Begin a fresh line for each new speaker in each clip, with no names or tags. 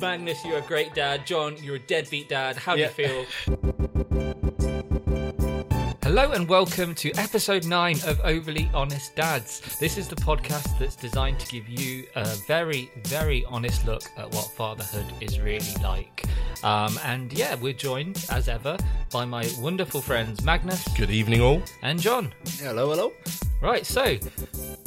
Magnus, you're a great dad. John, you're a deadbeat dad. How
Yeah.
do you feel? Hello and welcome to episode 9 of Overly Honest Dads. This is the podcast that's designed to give you a very, very honest look at what fatherhood is really like. Um, and yeah, we're joined, as ever, by my wonderful friends Magnus
Good evening, all.
and John.
Hello, hello.
Right, so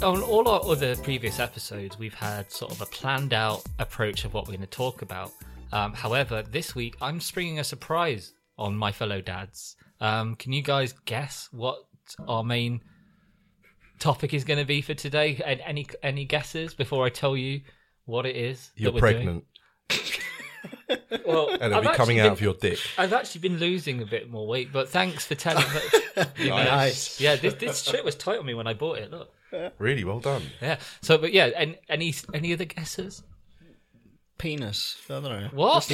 on all our other previous episodes, we've had sort of a planned out approach of what we're going to talk about. Um, however, this week I'm springing a surprise on my fellow dads. Um, can you guys guess what our main topic is going to be for today? And any any guesses before I tell you what it is? that
You're
we're
pregnant,
Doing? Well,
and it'll
I've
be coming
actually
out
been-
of your dick.
I've actually been losing a bit more weight, but thanks for telling. me.
Nice.
Yeah, this, this shirt was tight on me when I bought it. Look.
Really well done.
Yeah. So, but yeah, and any any other guesses?
Penis. I don't know.
What?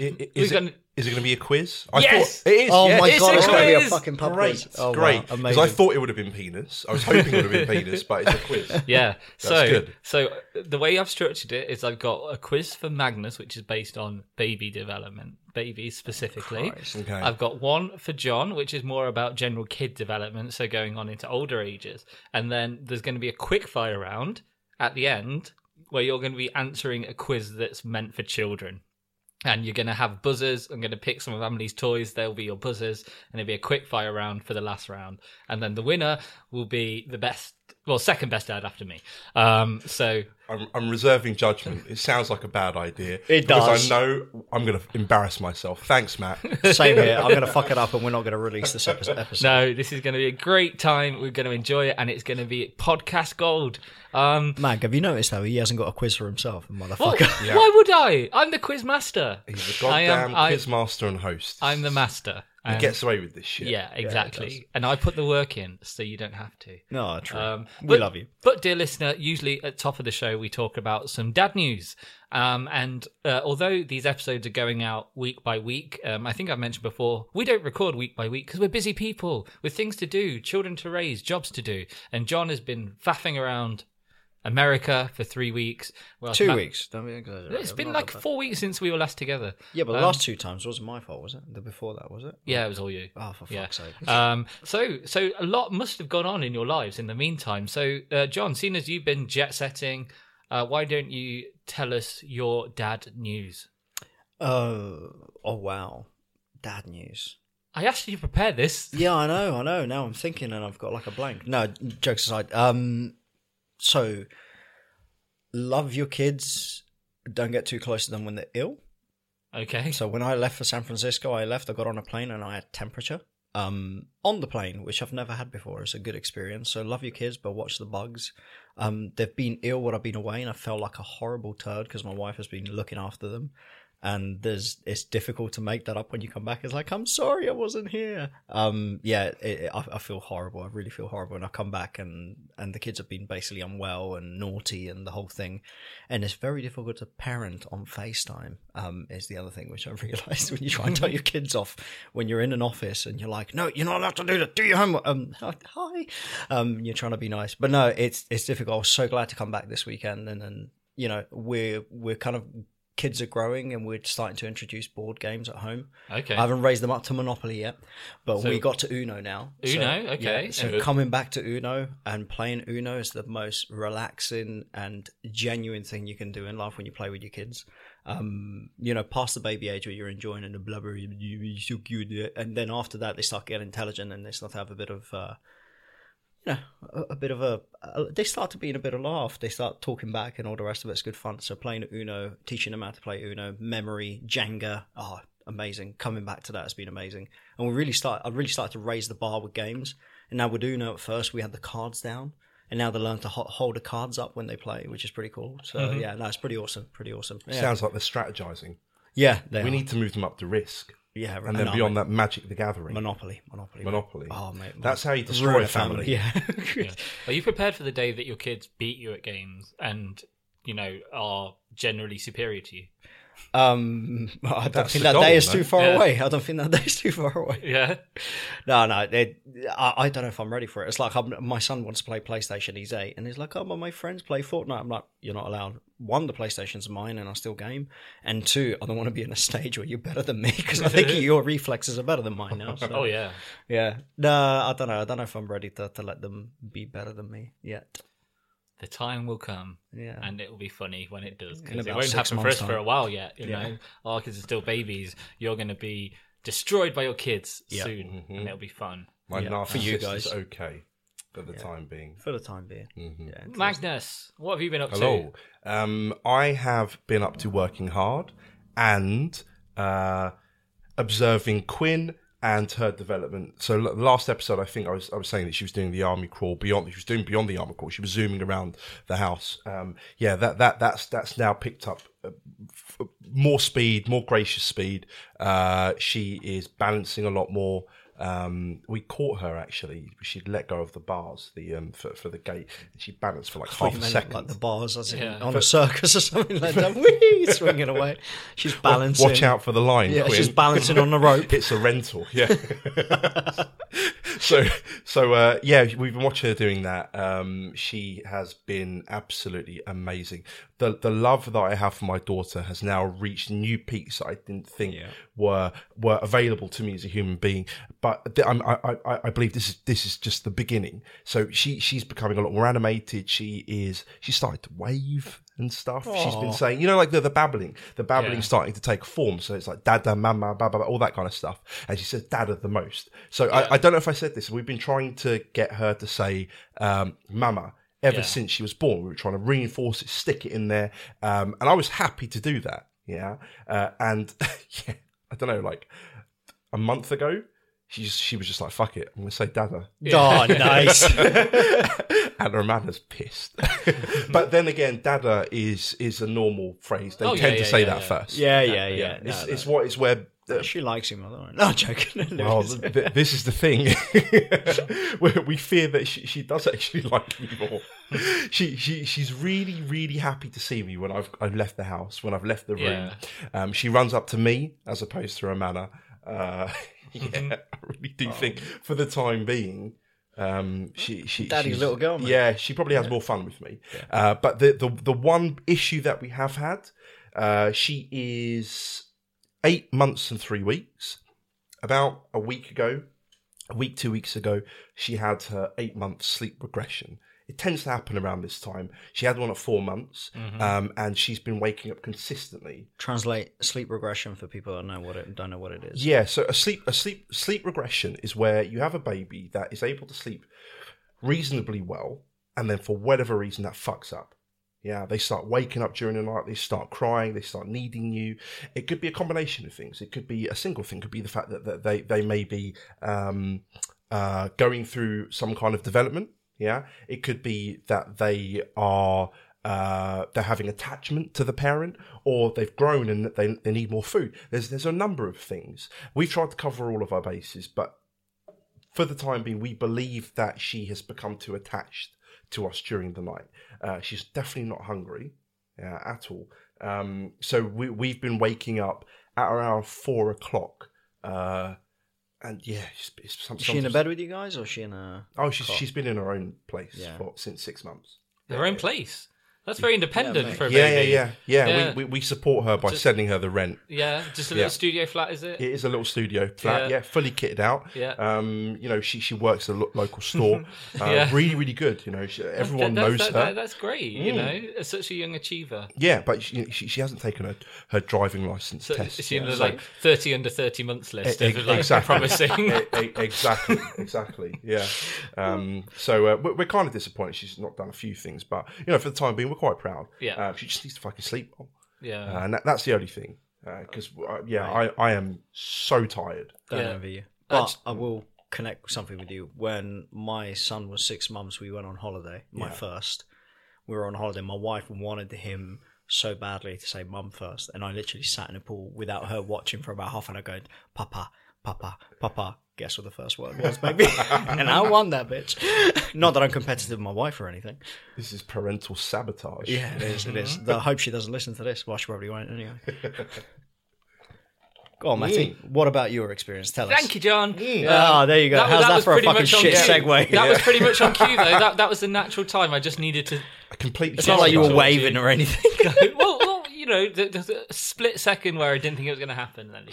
I- i- Is,
gonna-
it, is it going to be a quiz? I
Yes!
thought it is.
Oh
yes.
my
It's
god,
a
it's gonna be a
quiz!
fucking pub
Great,
quiz. Oh, wow,
great. Because
Amazing.
I thought it would have been penis. I was hoping it would have been penis, but it's a quiz.
yeah. So,
good.
so the way I've structured it is I've got a quiz for Magnus, which is based on baby development, babies specifically.
Okay.
I've got one for John, which is more about general kid development, so going on into older ages. And then there's going to be a quick fire round at the end where you're going to be answering a quiz that's meant for children. And you're going to have buzzers. I'm going to pick some of Emily's toys. They'll be your buzzers. And it'll be a quick fire round for the last round. And then the winner will be the best, well, second best dad after me. Um, so,
I'm, I'm reserving judgment. It sounds like a bad idea.
It
Because
does.
I know I'm going to embarrass myself. Thanks, Matt.
Same here. I'm gonna fuck it up, and we're not gonna release this epi- episode.
no, this is going to be a great time. We're going to enjoy it. And it's going to be podcast gold. Um,
Mag, have you noticed how he hasn't got a quiz for himself,
Well,
motherfucker?
Oh, Why would I? I'm the quiz master.
He's the
I am-
goddamn
I-
quiz master and host.
I'm the master.
He
Um,
gets away with this shit.
yeah, exactly. and I put the work in, so you don't have to.
No, true.
Um,
we
but-
love you.
But dear listener, usually at top of the show we talk about some dad news. Um, and uh, although these episodes are going out week by week, um, I think I've mentioned before we don't record week by week because we're busy people with things to do, children to raise, jobs to do. And John has been faffing around America for three weeks. Well,
Two weeks. Don't be exaggerating.
It's
I'm
been
not
like
that bad.
four weeks since we were last together.
Yeah, but the
um,
last two times wasn't my fault, was it? The before that, was it?
Yeah, it was all you.
Oh, for fuck's
yeah.
sake.
Um, so, so a lot must have gone on in your lives in the meantime. So, uh, John, seeing as you've been jet setting, uh, why don't you tell us your dad news?
Oh, oh wow. Dad news.
I asked you to prepare this.
Yeah, I know, I know. Now I'm thinking, and I've got like a blank. No, jokes aside. Um, so love your kids. Don't get too close to them when they're ill.
Okay.
So when I left for San Francisco, I left. I got on a plane, and I had temperature. Um, on the plane, which I've never had before, it's a good experience. So love your kids, but watch the bugs. Um, they've been ill while I've been away, and I felt like a horrible turd because my wife has been looking after them. And there's it's difficult to make that up when you come back. It's like I'm sorry I wasn't here. Um, yeah, it, it, I, I feel horrible. I really feel horrible. And I come back, and and the kids have been basically unwell and naughty and the whole thing. And it's very difficult to parent on FaceTime. Um, is the other thing which I realised when you try and tell your kids off when you're in an office and you're like, no, you're not allowed to do that. Do your homework. Um, hi. Um, you're trying to be nice, but no, it's it's difficult. I was so glad to come back this weekend, and and you know we're we're kind of kids are growing and we're starting to introduce board games at home.
Okay.
I haven't raised them up to Monopoly yet, but
So-
we got to Uno now. So,
Uno, okay.
yeah, so
Good.
coming back to Uno and playing Uno is the most relaxing and genuine thing you can do in life when you play with your kids. Um, you know, past the baby age where you're enjoying and the blubber, you, you, you're so cute, yeah, and then after that they start getting intelligent and they start to have a bit of. Uh, you know, a, a bit of a, a- They start to be in a bit of laugh. They start talking back, and all the rest of it's good fun. So playing Uno, teaching them how to play Uno, memory, Jenga. Oh, amazing! Coming back to that has been amazing, and we really start. I really started to raise the bar with games. And now with Uno, at first we had the cards down, and now they learn to ho- hold the cards up when they play, which is pretty cool. So
Mm-hmm.
yeah, no, it's pretty awesome. Pretty awesome. Yeah,
Sounds like they're strategizing.
yeah they
We
are.
need to move them up to risk.
yeah,
And then beyond that, Magic the Gathering.
Monopoly, Monopoly,
Monopoly.
Oh mate,
That's how you
Ruin
destroy a family.
Yeah.
Yeah. Are you prepared for the day that your kids beat you at games and you know are generally superior to you?
Um, I don't
That's
think
the
that
goal,
day is
though.
too far
Yeah.
away. I don't think that day is too far away.
Yeah.
No, no, it, I, I don't know if I'm ready for it. It's like I'm, my son wants to play PlayStation. He's eight, and he's like, "Oh, but my friends play Fortnite." I'm like, "You're not allowed." One, the PlayStation's mine, and I still game. And two, I don't want to be in a stage where you're better than me because I think your reflexes are better than mine now. So.
Oh yeah.
yeah. No, I don't know. I don't know if I'm ready to, to let them be better than me yet.
The time will come,
Yeah.
and it will be funny when it does
In
because it
about
won't
six
happen for us
months'
for a
time.
while yet. You
Yeah.
know, our kids are still babies. You're going to be destroyed by your kids
Yeah.
soon, and
Mhm.
it'll be fun.
My
Yeah,
narcissist
for you guys.
is okay for the time being.
for the time being.
Mm-hmm.
Mhm.
Yeah.
Magnus, what have you been up
Hello. Um, I have been up to working hard and uh, observing Quinn and her development. So l- last episode, I think I was I was saying that she was doing the army crawl beyond. She was doing beyond the army crawl. She was zooming around the house. Um, yeah, that that that's that's now picked up uh, f- more speed, more gracious speed. Uh, she is balancing a lot more. Um, we caught her actually. She'd let go of the bars, the um, for, for the gate. She balanced for like half
You
a
meant
second.
Like the bars, as in
Yeah.
on a circus or something like that. Whee! Swinging away. She's balancing.
Watch out for the line.
Yeah,
Quinn.
she's balancing on the rope.
It's a rental. Yeah. so so uh, yeah, we've been watching her doing that. Um, she has been absolutely amazing. The the love that I have for my daughter has now reached new peaks that I didn't think were were available to me as a human being. But th- I'm, I, I I believe this is this is just the beginning. So she she's becoming a lot more animated. She is she started to wave and stuff. She's been saying you know like the the babbling the babbling
Yeah.
starting to take form. So it's like dada, mama, baba, all that kind of stuff. And she says dada the most. So I, I don't know if I said this. We've been trying to get her to say um, mama ever
Yeah.
since she was born. We were trying to reinforce it, stick it in there. Um, and I was happy to do that. Yeah. Uh, and yeah, I don't know, like a month ago, she, just, she was just like, fuck it. I'm going to say dada.
Oh, nice.
Anna Amana's pissed. but then again, dada is is a normal phrase. They
Oh, yeah,
tend
yeah,
to say
yeah,
that
yeah.
first.
Yeah, yeah, yeah. No,
It's,
no.
it's what it's where. uh,
she likes him. I don't know. No, I'm joking. No,
well,
it's-
th- th- this is the thing. we, we fear that she, she does actually like me more. She, she she's really really happy to see me when I've I've left the house when I've left the room.
Yeah.
Um, she runs up to me as opposed to Romana. Uh,
Mm-hmm.
yeah, I really
Oh.
do think for the time being. Um, she, she,
Daddy's
she's-
little girl, man.
Yeah, she probably has more fun with me. Uh, but the, the the one issue that we have had, uh, she is eight months and three weeks. About a week ago, a week, two weeks ago, she had her eight month sleep regression. It tends to happen around this time. She had one at four months,
Mm-hmm.
um, and she's been waking up consistently.
Translate sleep regression for people that know what it don't know what it is.
Yeah, so a sleep a sleep sleep regression is where you have a baby that is able to sleep reasonably well, and then for whatever reason that fucks up. Yeah, they start waking up during the night, they start crying, they start needing you. It could be a combination of things. It could be a single thing, could be the fact that, that they, they may be um, uh, going through some kind of development. Yeah, it could be that they are uh, they're having attachment to the parent, or they've grown and that they, they need more food. There's there's a number of things. We've tried to cover all of our bases, but for the time being, we believe that she has become too attached to us during the night. Uh, she's definitely not hungry uh, at all. Um, so we, we've been waking up at around four o'clock. Uh, and yeah, it's, it's some,
Is she in a
sometimes-
bed with you guys, or is she in a?
Oh, she's
Cot.
she's been in her own place
Yeah.
for since six months.
to? Her own place. That's very independent
mate.
for a
Yeah, yeah,
baby.
yeah, yeah.
Yeah.
We, we we support her by
Just-
sending her the rent.
Yeah, just a little
Yeah.
studio flat, is it?
It is a little studio flat,
Yeah.
yeah, fully kitted out.
Yeah.
Um, you know, she she works at a lo- local store. Uh,
Yeah.
Really, really good. You know, she, everyone
That-
knows
that's,
her. Mm.
that- that's great. You know, as such a young achiever.
Yeah, but she, she she hasn't taken her her driving license
So
test.
she
yet,
was
so-
like thirty under thirty months list.
E-
of like
exactly.
promising.
E- e- exactly, exactly. Yeah. Um, so uh, we're, we're kind of disappointed she's not done a few things, but you know, for the time being, we're quite proud.
Yeah.
Uh, she just needs to fucking sleep well,
yeah.
uh, and that, that's the only thing. Because uh, yeah, I, I am so tired.
Don't
Yeah.
envy you.
Uh,
But I will connect something with you. When my son was six months, we went on holiday. My first, we were on holiday. My wife wanted him so badly to say "mum" first, and I literally sat in a pool without her watching for about half an hour, going "papa, papa, papa." guess what the first word was, baby. and I won that bitch. Not that I'm competitive with my wife or anything.
This is parental sabotage.
Yeah, it is. It is. Though I hope she doesn't listen to this. Well, she probably won't anyway. Go on, Matty. What about your experience? Tell us.
Thank you, John.
Mm.
Uh,
Ah, there you go. How's that,
was
for a
pretty
fucking
much on
shit
cue.
segue?
That was pretty much on cue, though. That, that was the natural time. I just needed to.
I completely.
It's not like you were
Georgie.
waving or anything.
well, well, you know, the, the, the split second where I didn't think it was going to happen. Then.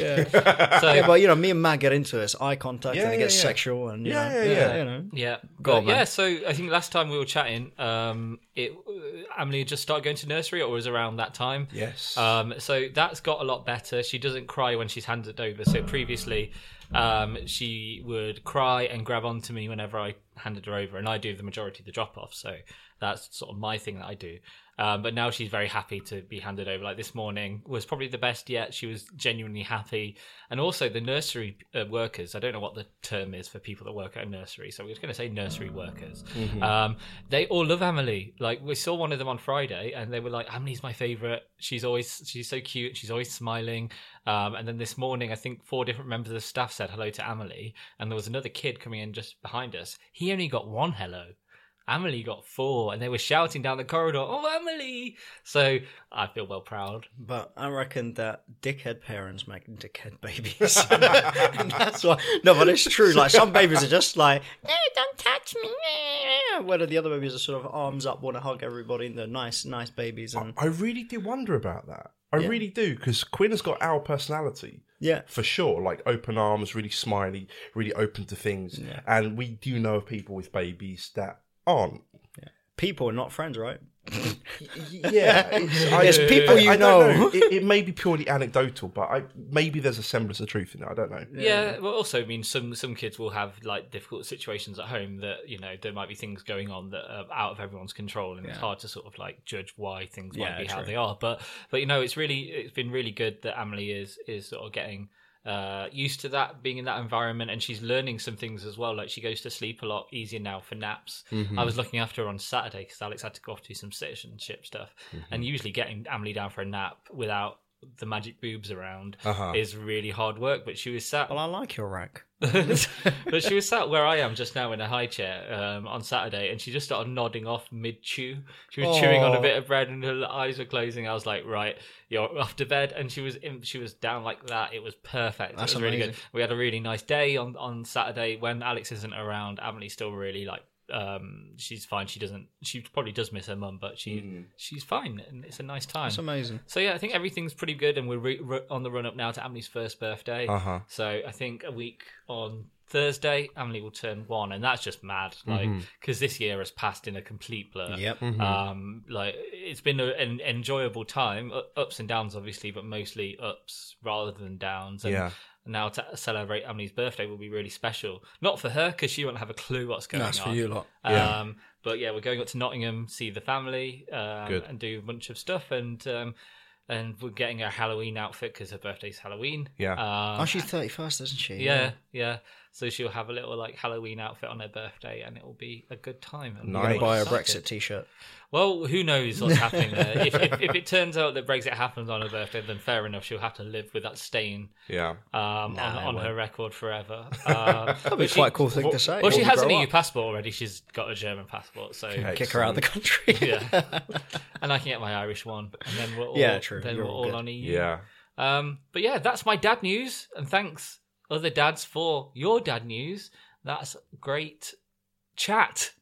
So,
yeah, but you know, me and Matt get into this eye contact,
Yeah,
and it
yeah,
gets
yeah.
sexual, and you
Yeah,
know,
yeah, yeah.
you know.
Yeah,
Go
But
on, man.
yeah. So I think last time we were chatting, um, it uh, Emily had just started going to nursery, or was around that time.
Yes.
Um, so that's got a lot better. She doesn't cry when she's handed over. So previously, um, she would cry and grab onto me whenever I handed her over, and I do the majority of the drop off. So that's sort of my thing that I do. Um, but now she's very happy to be handed over. Like this morning was probably the best yet. She was genuinely happy, and also the nursery uh, workers. I don't know what the term is for people that work at a nursery, so we're just going to say nursery workers. Um, they all love Emily. Like we saw one of them on Friday, and they were like, "Emily's my favorite. She's always she's so cute. She's always smiling." Um, and then this morning, I think four different members of staff said hello to Emily, and there was another kid coming in just behind us. He only got one hello. Emily got four, and they were shouting down the corridor, "Oh, Emily!" So I feel well proud.
But I reckon that dickhead parents make dickhead babies. And that's why. No, but it's true. Like some babies are just like, eh, don't touch me. eh." Whether the other babies are sort of arms up, want to hug everybody, and they're nice, nice babies, and
I really do wonder about that. I
Yeah.
really do because Quinn has got our personality
yeah,
for sure. Like open arms, really smiley, really open to things,
Yeah.
and we do know of people with babies that aren't.
people are not friends, right?
Yeah, it's, I-
There's people you
I don't
know.
It, it may be purely anecdotal, but I maybe there's a semblance of truth in it. I don't know.
Yeah. well, also, I mean, some some kids will have like difficult situations at home that you know there might be things going on that are out of everyone's control, and it's
Yeah.
hard to sort of like judge why things
Yeah,
might be how
true.
they are. But but you know, it's really it's been really good that Emily is is sort of getting uh used to that being in that environment and she's learning some things as well like she goes to sleep a lot easier now for naps
Mm-hmm.
i was looking after her on saturday because alex had to go off to do some citizenship stuff
Mm-hmm.
and usually getting emily down for a nap without the magic boobs around
Ah.
Uh-huh.
is really hard work but she was sat
Well, I like your rank.
but she was sat where I am just now in a high chair um, on Saturday, and she just started nodding off mid chew. She was chewing on a
Aw.
bit of bread, and her eyes were closing. I was like, "Right, you're off to bed," and she was in, she was down like that. It was perfect.
That's
it was really good.
amazing.
We had a really nice day on on Saturday when Alex isn't around. Emily's still really like um she's fine she doesn't she probably does miss her mum but she
Mm.
she's fine and it's a nice time
It's amazing.
so yeah, I think everything's pretty good, and we're re- re- on the run up now to Emily's first birthday.
Uh-huh.
So I think a week on Thursday, Emily will turn one, and that's just mad, like because this year has passed in a complete blur.
Mm-hmm. Yep. Mm-hmm.
Um, like it's been a, an enjoyable time, u- ups and downs, obviously, but mostly ups rather than downs. And
Yeah.
Now to celebrate Emily's birthday will be really special. Not for her because she won't have a clue what's going
That's
on.
for you lot.
Yeah.
Um, but yeah, we're going up to Nottingham, see the family, um,
Good.
and do a bunch of stuff, and um, and we're getting her Halloween outfit because her birthday's Halloween.
Yeah.
Um,
Oh, she's thirty first, isn't she?
yeah, yeah. So she'll have a little like Halloween outfit on her birthday, and it'll be a good time. And
Nice.
we're
Gonna buy a
excited.
Brexit T-shirt.
Well, who knows what's happening there? if, if, if it turns out that Brexit happens on her birthday, then fair enough. She'll have to live with that stain
Yeah.
um,
Nah, it
on, on her
won't.
record forever. Um,
That'd be
but she-
quite a cool thing to
well-
say.
Well, she
Well,
has
grow
an EU
up.
passport already. She's got a German passport, so
kick her out of the country.
yeah, and I can get my Irish one, and then we're all
Yeah, true.
Then
You're
we're
all
all
good.
on EU.
Yeah.
Um, but yeah, that's my dad news, and thanks other dads for your dad news. That's great chat.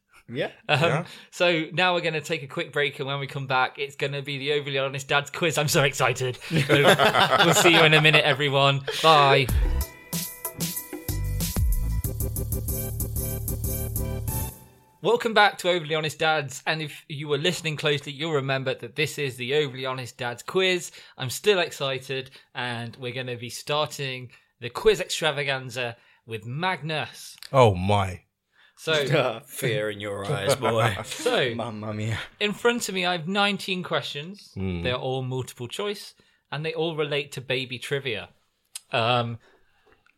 yeah.
Um,
Yeah.
So now we're going to take a quick break, and when we come back, it's going to be the overly honest dad's quiz. I'm so excited. we'll we'll see you in a minute, everyone. Bye. Welcome back to Overly Honest Dads. And if you were listening closely, you'll remember that this is the Overly Honest Dads quiz. I'm still excited, and we're going to be starting the quiz extravaganza with Magnus.
Oh my.
So,
Fear in your eyes, boy.
so
Mamma mia.
in front of me, I have 19 questions. They are all multiple choice, and they all relate to baby trivia. Um,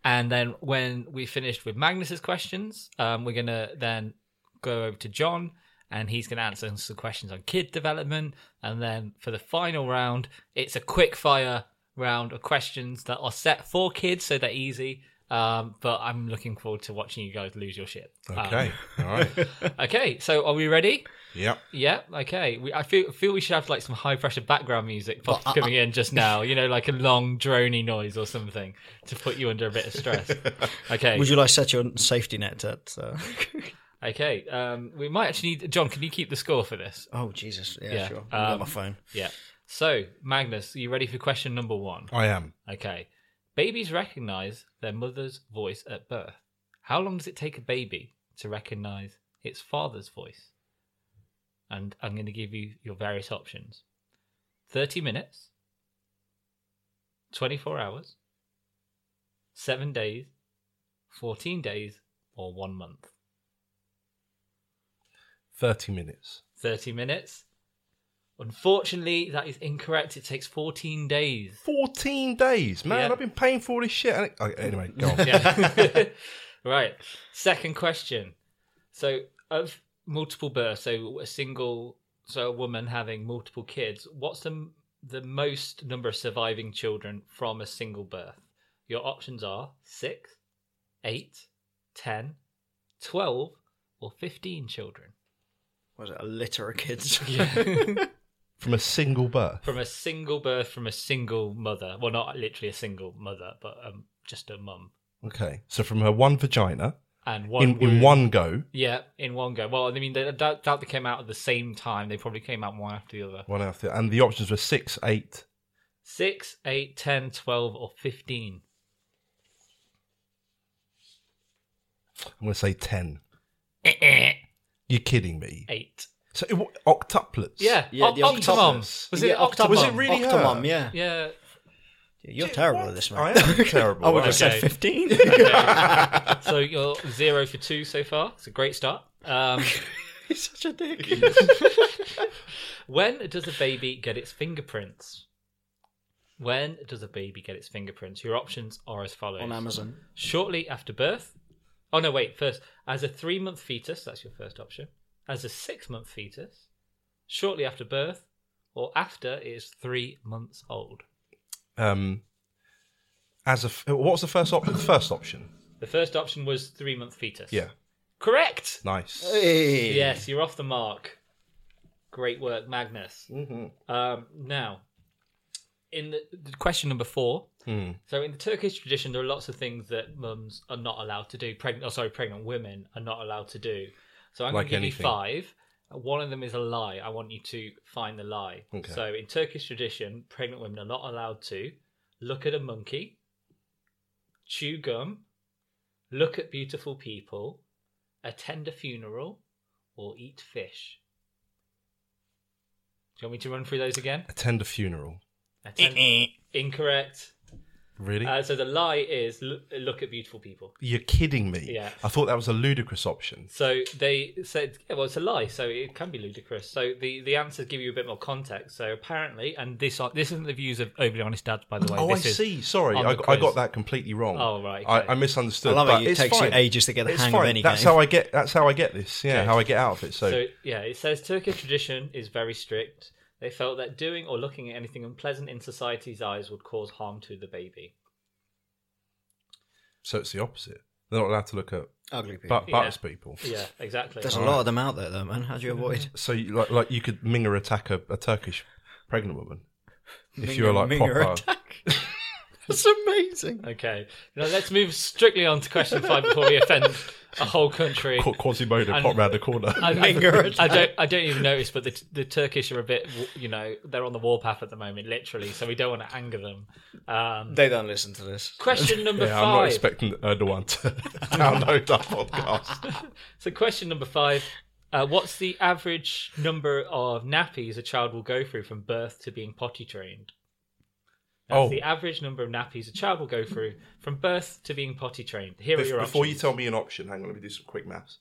and then when we finished with Magnus's questions, um, we're gonna then go over to John, and he's gonna answer some questions on kid development. And then for the final round, it's a quick fire round of questions that are set for kids, so they're easy. Um, but I'm looking forward to watching you guys lose your shit. Um,
Okay. All right.
okay. So are we ready?
Yep.
Yeah. Okay. We, I feel feel we should have like some high pressure background music pop-
Well, I-
coming in just now. You know, like a long drony noise or something to put you under a bit of stress. Okay.
Would you like to set your safety net at? Uh...
Okay. Um, we might actually need John. Can you keep the score for this?
oh Jesus! Yeah,
Yeah,
sure. I've got
um,
my phone.
Yeah. So Magnus, are you ready for question number one?
I am.
Okay. Babies recognize their mother's voice at birth. How long does it take a baby to recognize its father's voice? And I'm going to give you your various options 30 minutes, 24 hours, 7 days, 14 days, or 1 month.
30 minutes.
30 minutes. Unfortunately, that is incorrect. It takes 14 days.
14 days. Man,
Yeah.
I've been paying for all this shit. And it- okay, anyway, go on.
yeah. right. Second question. So, of multiple births, so a single, so a woman having multiple kids, what's the the most number of surviving children from a single birth? Your options are six, eight, ten, twelve, or fifteen children.
Was it a litter of kids?
From a single birth.
from a single birth from a single mother. Well, not literally a single mother, but um, just a mum
Okay. So from her one vagina
and one
in, in
womb.
one go,
Yeah, in one go. Well, I mean, they, I doubt, doubt they came out at the same time. They probably came out one after the other.
one after. And the options were six, eight.
Six, eight, ten, twelve, or 15.
I'm going to say 10.
Eight.
You're kidding me. So it, wa- octuplets.
Yeah,
Yeah,
oc-
the
octomom.
octomons.
Was
Yeah,
it octomom?
Was it really
Octomom,
her?
yeah.
Yeah.
You're terrible at this, man.
I am terrible.
I would have
Okay.
said
Okay.
15.
Okay. so you're zero for two so far. It's a great start. Um,
He's such a dick.
when does a baby get its fingerprints? When does a baby get its fingerprints? Your options are as follows.
On Amazon.
shortly after birth. Oh no, wait. First, as a three-month fetus, that's your first option. As a six-month fetus, shortly after birth, or after it is three months old.
Um, as a, f- what was the first option? The first option.
The first option was three-month fetus.
Yeah.
Correct.
Nice.
Hey.
Yes, you're off the mark. Great work, Magnus.
Mhm.
Um, now, in the, the question number four.
Hmm.
So in the Turkish tradition, there are lots of things that mums are not allowed to do. Pregnant, oh, sorry, pregnant women are not allowed to do. So I'm
Like
going to give
anything.
you five. One of them is a lie. I want you to find the lie.
Okay.
So in Turkish tradition, pregnant women are not allowed to look at a monkey, chew gum, look at beautiful people, attend a funeral, or eat fish. Do you want me to run through those again?
Attend a funeral.
Eh,
Attend- Incorrect.
Really?
Uh, so the lie is look, look at beautiful people.
You're kidding me.
Yeah.
I thought that was a ludicrous option.
So they said, yeah, well, it's a lie, so it can be ludicrous. So the, the answers give you a bit more context. So apparently, and this are- this isn't the views of overly honest dads, by the way.
oh, I
this is,
see. Sorry,
on
I,
the
I got
quiz.
that completely wrong.
Oh, right,
I,
okay.
I misunderstood.
I love
but
it. It
it's
takes
fine.
you ages to get the
It's
hang
fine.
of any
that's
game.
how I get. That's how I get this. Yeah,
Okay.
how I get out of it. So,
So yeah, it says Turkish tradition is very strict. They felt that doing or looking at anything unpleasant in society's eyes would cause harm to the baby.
so it's the opposite. They're not allowed to look at
Ugly people.
butt, butts people.
Yeah, exactly.
There's a lot of them out there, though, man. How do you avoid?
So, you, like, like you could minger attack a, a Turkish pregnant woman if you were like
Minger
proper.
attack. That's amazing.
Okay, now let's move strictly on to question five before we offend a whole country.
Qu- Quasimodo pop round the corner.
I, I-
Anger
I don't. I don't even notice, but the the Turkish are a bit. You know, they're on the warpath at the moment, literally. So we don't want to anger them. Um,
They don't listen to this.
question number
yeah, I'm not
five.
expecting Erdogan to download that podcast.
so question number five. Uh, what's the average number of nappies a child will go through from birth to being potty trained? That's
Oh.
the average number of nappies a child will go through from birth to being potty trained. Here are
Bef-
your
before you
options.
tell me an option, hang on, let me do some quick maths.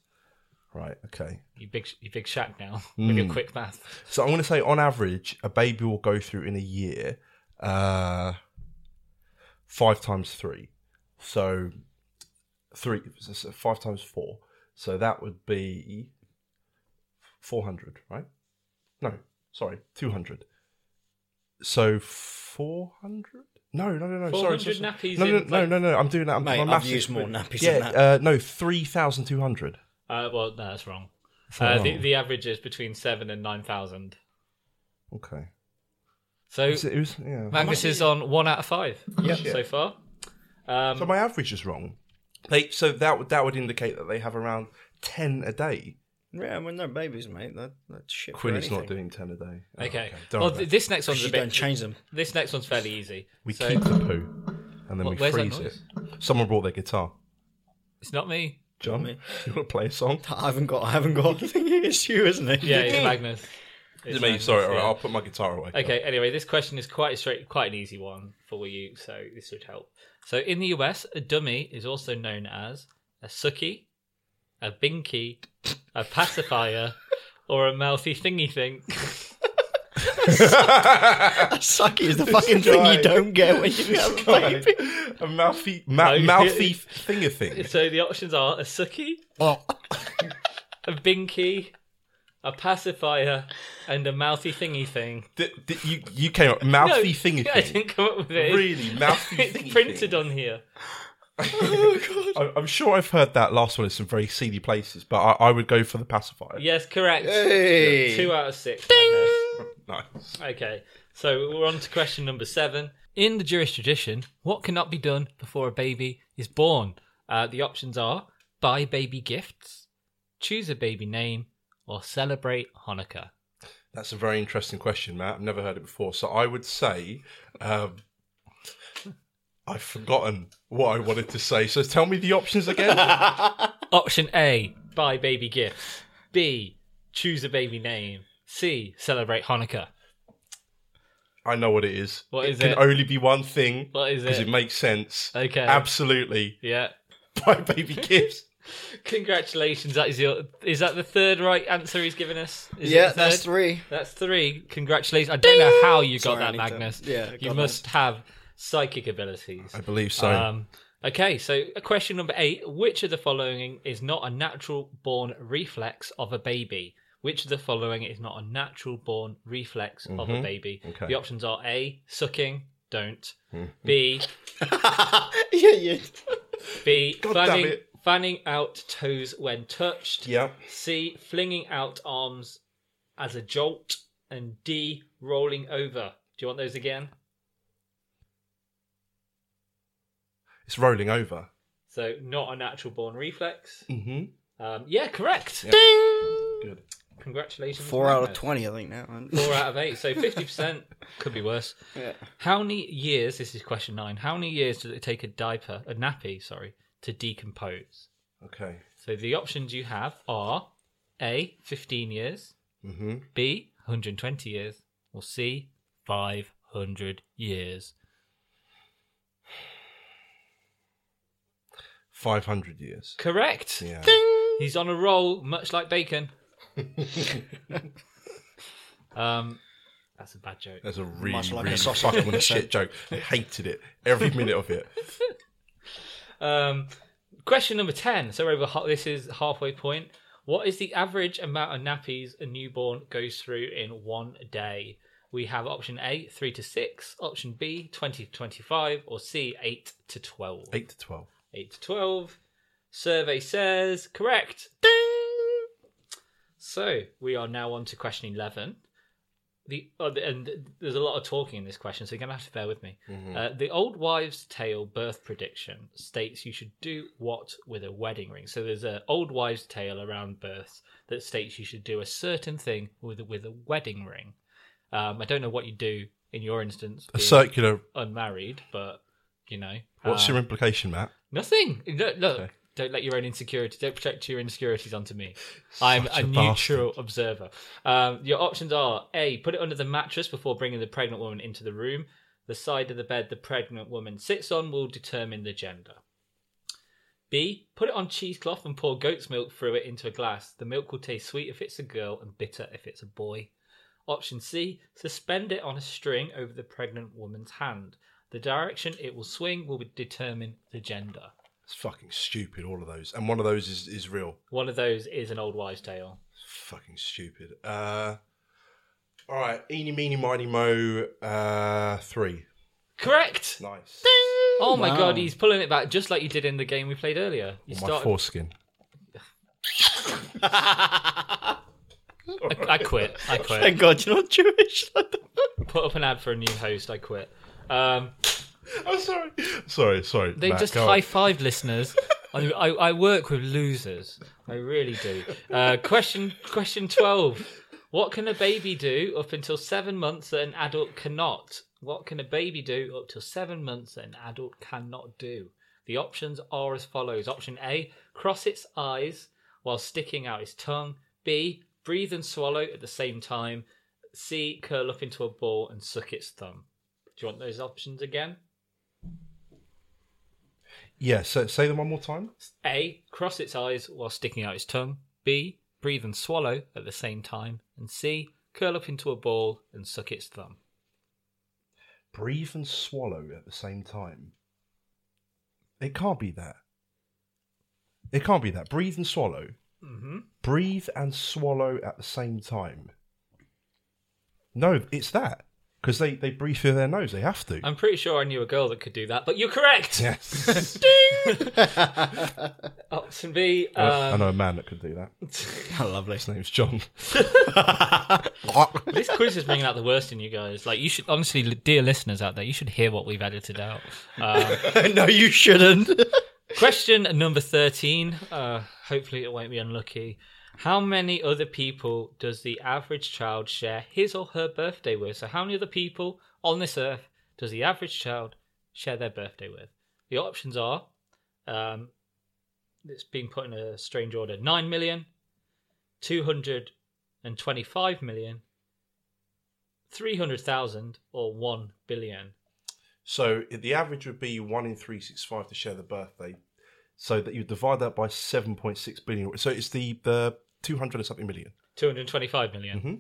Right, okay.
you big, you big shack now with
Hmm.
your quick math.
So I'm going to say, on average, a baby will go through in a year uh, five times three. So three, so- so five times four. So that would be 400, right? No, sorry, 200. So 400? No, no, no, no. Sorry,
400
sorry, sorry.
nappies
No, no,
in,
no,
like-
no, no. I'm doing that. I'm,
Mate,
my
I've
maths is-
used more nappies
Yeah,
than that.
uh, no, three thousand two hundred.
Uh, well, no, that's wrong. Uh, the, the average is between seven and nine thousand.
Okay.
So
Is it, it was, yeah.
Mangus is on one out of five so far. Um,
So my average is wrong. They so that would that would indicate that they have around ten a day.
yeah, when they're babies, mate, that, that's shit. for
Quinny's not
anything.
doing ten a day. Oh,
okay.
don't
Well,
worry.
th- this next one's a
You don't
bit.
change them.
This next one's fairly easy.
we
So-
keep the poo and then
What-
we
where's that
freeze it. Someone brought their guitar.
It's not me.
John, you want to play a song?
I haven't got. I haven't got. it's you, isn't it?
Yeah, it's Magnus. It's Magnus, yeah.
put my guitar away.
Okay. Anyway, this question is quite a straight, quite an easy one for you, so this should help. So, in the US, a dummy is also known as a sucky, a binky, a pacifier, or a mouthy thingy thing.
Sucky is the fucking thing
guy.
you don't get when you have a baby.
a mouthy, ma-
No, you-
mouthy finger thing.
so the options are a sucky,
Oh.
a binky, a pacifier, and a mouthy thingy thing.
D- d- you, you came up mouthy
No,
thingy
I
thing.
didn't come up with it.
Really mouthy
It's
thingy
printed
thing.
on here.
I- I'm sure I've heard that last one in some very seedy places, but I, I would go for the pacifier.
Yes, correct.
Hey.
Two out of six. Magnus.
Nice.
Okay, so we're on to question number seven. In the Jewish tradition, what cannot be done before a baby is born? Uh, the options are buy baby gifts, choose a baby name, or celebrate Hanukkah.
That's a very interesting question, Matt. I've never heard it before. So I would say um, I've forgotten what I wanted to say. So tell me the options again.
Option A buy baby gifts, B choose a baby name, C celebrate Hanukkah.
I know what it is.
What is
Can
it?
only be one thing.
What is
Because
it?
it makes sense.
Okay.
Absolutely.
yeah.
Buy baby gifts.
Congratulations. That is your. Is that the third right answer he's given us? Is it
Yeah,
the
that's
third?
three.
That's three. Congratulations. I don't know how you got
Sorry, I
that,
need to-
Magnus.
yeah,
you
God
must have psychic abilities.
I believe so.
Um, okay, so question number eight Which of the following is not a natural born reflex of a baby? Which of the following is not a natural born reflex of a baby?
Mm-hmm. Okay. Mm-hmm.
The options are A, sucking, don't. B,
yeah, yeah.
B,
God damn
fanning,
it.
fanning out toes when touched.
yeah.
C. Flinging out arms as a jolt. And D. Rolling over. Do you want those again?
It's rolling over.
So, not a natural born reflex.
Mm-hmm.
Um, yeah, correct.
Yeah. Good.
Congratulations.
Four out of
Magnus.
twenty, I think now.
Four out of eight. So, 50% could be worse.
Yeah.
How many years, this is question nine, how many years does it take a diaper, a nappy, sorry, to decompose?
Okay.
So, the options you have are A. 15 years,
Mm-hmm.
B. 120 years, or C. 500 years.
500 years.
Correct.
Yeah.
He's on a roll, much like Bacon. um, that's a bad joke.
That's a really,
Much like a
really
sausage
fucking
roll.
shit joke. I hated it. Every minute of it.
Um, question number ten. So we're over ha- this is halfway point. What is the average amount of nappies a newborn goes through in one day? We have option A, three to six. Option B, twenty to twenty-five, or C, eight to twelve.
8 to 12.
8 to 12. Survey says correct. So we are now on to question 11. The oh, the- and there's a lot of talking in this question, so you're gonna have to bear with me. Uh, the old wives' tale birth prediction states you should do what with a wedding ring. So there's an old wives' tale around births that states you should do a certain thing with with a wedding ring. Um, I don't know what you do in your instance,
A
being
circular.
unmarried, but you know
What's
um,
your implication, Matt?
Nothing. Look, look.
Okay.
don't let your own insecurity. Don't project your insecurities onto me. I'm
Such
a,
a
neutral observer. Um, your options are: a, put it under the mattress before bringing the pregnant woman into the room. The side of the bed the pregnant woman sits on will determine the gender. B, put it on cheesecloth and pour goat's milk through it into a glass. The milk will taste sweet if it's a girl and bitter if it's a boy. Option C, suspend it on a string over the pregnant woman's hand. The direction it will swing will determine the gender.
It's fucking stupid, all of those. And one of those is, is real.
One of those is an old wives' tale.
Fucking stupid. Uh, all right. Eeny, meeny, miny, mo, uh, three.
Correct.
Nice.
Oh my
Wow. Oh
god, he's pulling it back just like you did in the game we played earlier. You
My
started.
foreskin.
I quit. I quit.
Thank God you're not Jewish.
Put up an ad for a new host. I quit. Um,
I'm Oh, sorry. Sorry, sorry.
They
Matt,
just
go on.
high five listeners. I, I, I work with losers. I really do. Uh, question question twelve. What can a baby do up until seven months that an adult cannot? What can a baby do up till seven months that an adult cannot do? The options are as follows. Option A, cross its eyes while sticking out its tongue. B, breathe and swallow at the same time. C, curl up into a ball and suck its thumb. Do you want those options again?
Yeah, so say them one more time.
A. Cross its eyes while sticking out its tongue. B. Breathe and swallow at the same time. And C. Curl up into a ball and suck its thumb.
Breathe and swallow at the same time. It can't be that. It can't be that. Breathe and swallow.
Mm-hmm.
Breathe and swallow at the same time. No, it's that. Because they, they breathe through their nose. They have to.
I'm pretty sure I knew a girl that could do that, but you're correct.
Yes.
Option B.
I
Um,
know a man that could do that.
How lovely.
His name's John.
this quiz is bringing out the worst in you guys. Like you should honestly, li- dear listeners out there, you should hear what we've edited out. Um,
no, you shouldn't.
Question number 13. Uh, hopefully, it won't be unlucky. How many other people does the average child share his or her birthday with? So, how many other people on this earth does the average child share their birthday with? The options are um, it's been put in a strange order 9 million, 225 million, 300,000, or 1 billion.
So the average would be one in three six five to share the birthday. So that you divide that by seven point six billion. So it's the the two hundred and something million.
225 million.
Mhm.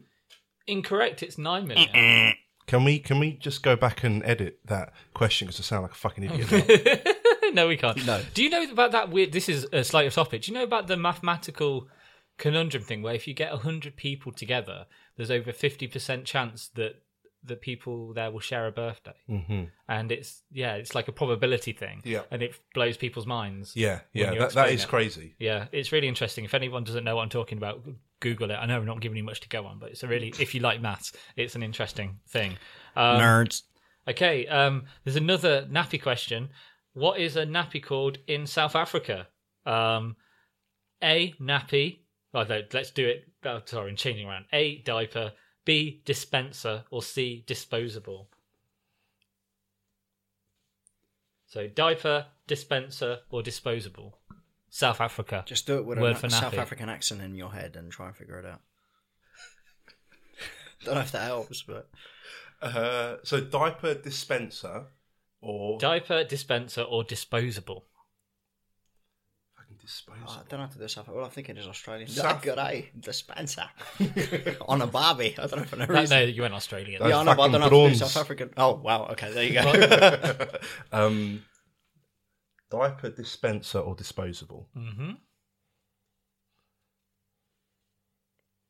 Incorrect, it's 9 million.
Can we can we just go back and edit that question because I sound like a fucking
Oh,
idiot? now.
no, we can't.
No.
Do you know about that weird? This is a slight topic. Do you know about the mathematical conundrum thing where if you get hundred people together, there's over fifty percent chance that the people there will share a birthday,
mm-hmm.
and it's yeah, it's like a probability thing.
Yeah.
and it blows people's minds.
Yeah, yeah,
you
that, that
explain
is
it.
crazy.
Yeah, it's really interesting. If anyone doesn't know what I'm talking about, Google it. I know I'm not giving you much to go on, but it's a really, if you like maths, it's an interesting thing.
Uh,
Um,
Nerds.
Okay, um, there's another nappy question. What is a nappy called in South Africa? Um, a nappy. Oh, no, let's do it. Oh, sorry, I'm changing around. A diaper. B dispenser or C disposable. So diaper, dispenser, or disposable. South Africa.
Just do it with
Word
a
for
South
nappy.
African accent in your head and try and figure it out. Don't know if that helps, but
Uh, so diaper dispenser or
Diaper, dispenser, or disposable.
fucking
Oh, I
disposal.
don't have to do South Africa. Well, I think it is Australian.
South-
South... Good eye, dispenser. on a Barbie. I don't know for no
No,
reason.
no, you went Australian.
Those
yeah, I know, but I
fucking
don't have to do
prawns.
South African. Oh, wow. Okay, there you go.
um, diaper dispenser or disposable.
hmm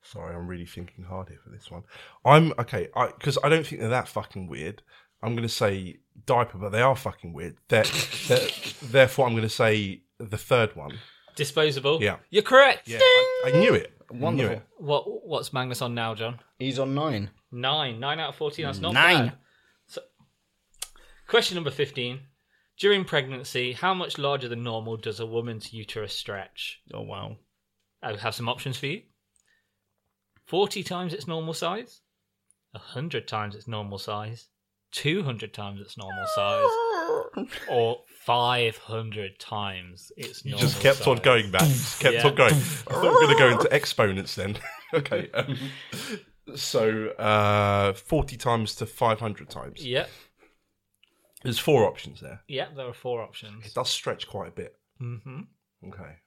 Sorry, I'm really thinking hard here for this one. I'm okay because I, don't think they're that fucking weird. I'm going to say diaper, but they are fucking weird. They're, they're- therefore, I'm going to say the third one.
Disposable.
Yeah.
You're correct.
Yeah, I, I knew it. I knew
Wonderful.
it.
What What's Magnus on now, John?
He's on nine.
Nine. Nine out of 14. That's not
Nine.
bad. So, question number 15. During pregnancy, how much larger than normal does a woman's uterus stretch?
Oh, wow.
I have some options for you 40 times its normal size, 100 times its normal size, 200 times its normal size, or 500 times its
You
normal
just kept on
size.
going, Matt. Just kept
Yeah.
on going. I thought we were going to go into exponents then. okay. Um, so uh, 40 times to 500 times.
Yep.
There's four options there.
Yep, there are four
It
options.
does stretch quite a bit.
hmm
Okay.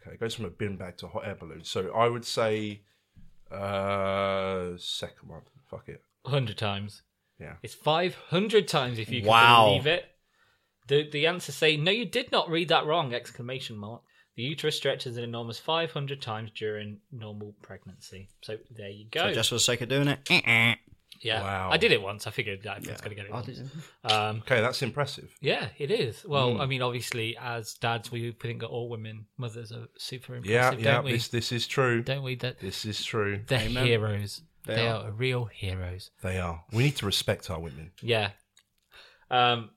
Okay, it goes from a bin bag to a hot air balloon. So I would say uh second one. Fuck it.
100 times.
Yeah.
It's 500 times if you can
Wow.
believe it. The, the answers say, no, you did not read that wrong, exclamation mark. The uterus stretches an enormous 500 times during normal pregnancy. So there you go.
So just for the sake of doing it. eh,
Yeah,
Wow.
I did it once. I figured that everyone's going to get it.
I
Once.
didn't.
Um,
Okay, that's impressive.
yeah, it is. Well, I mean, obviously, as dads, we think that all women mothers are super
Yeah,
impressive,
yeah.
don't we?
This this is true.
Don't we? That
This is true.
they're
Amen.
heroes.
They
They,
are.
are. real heroes.
They are. We need to respect our women.
Yeah. Um,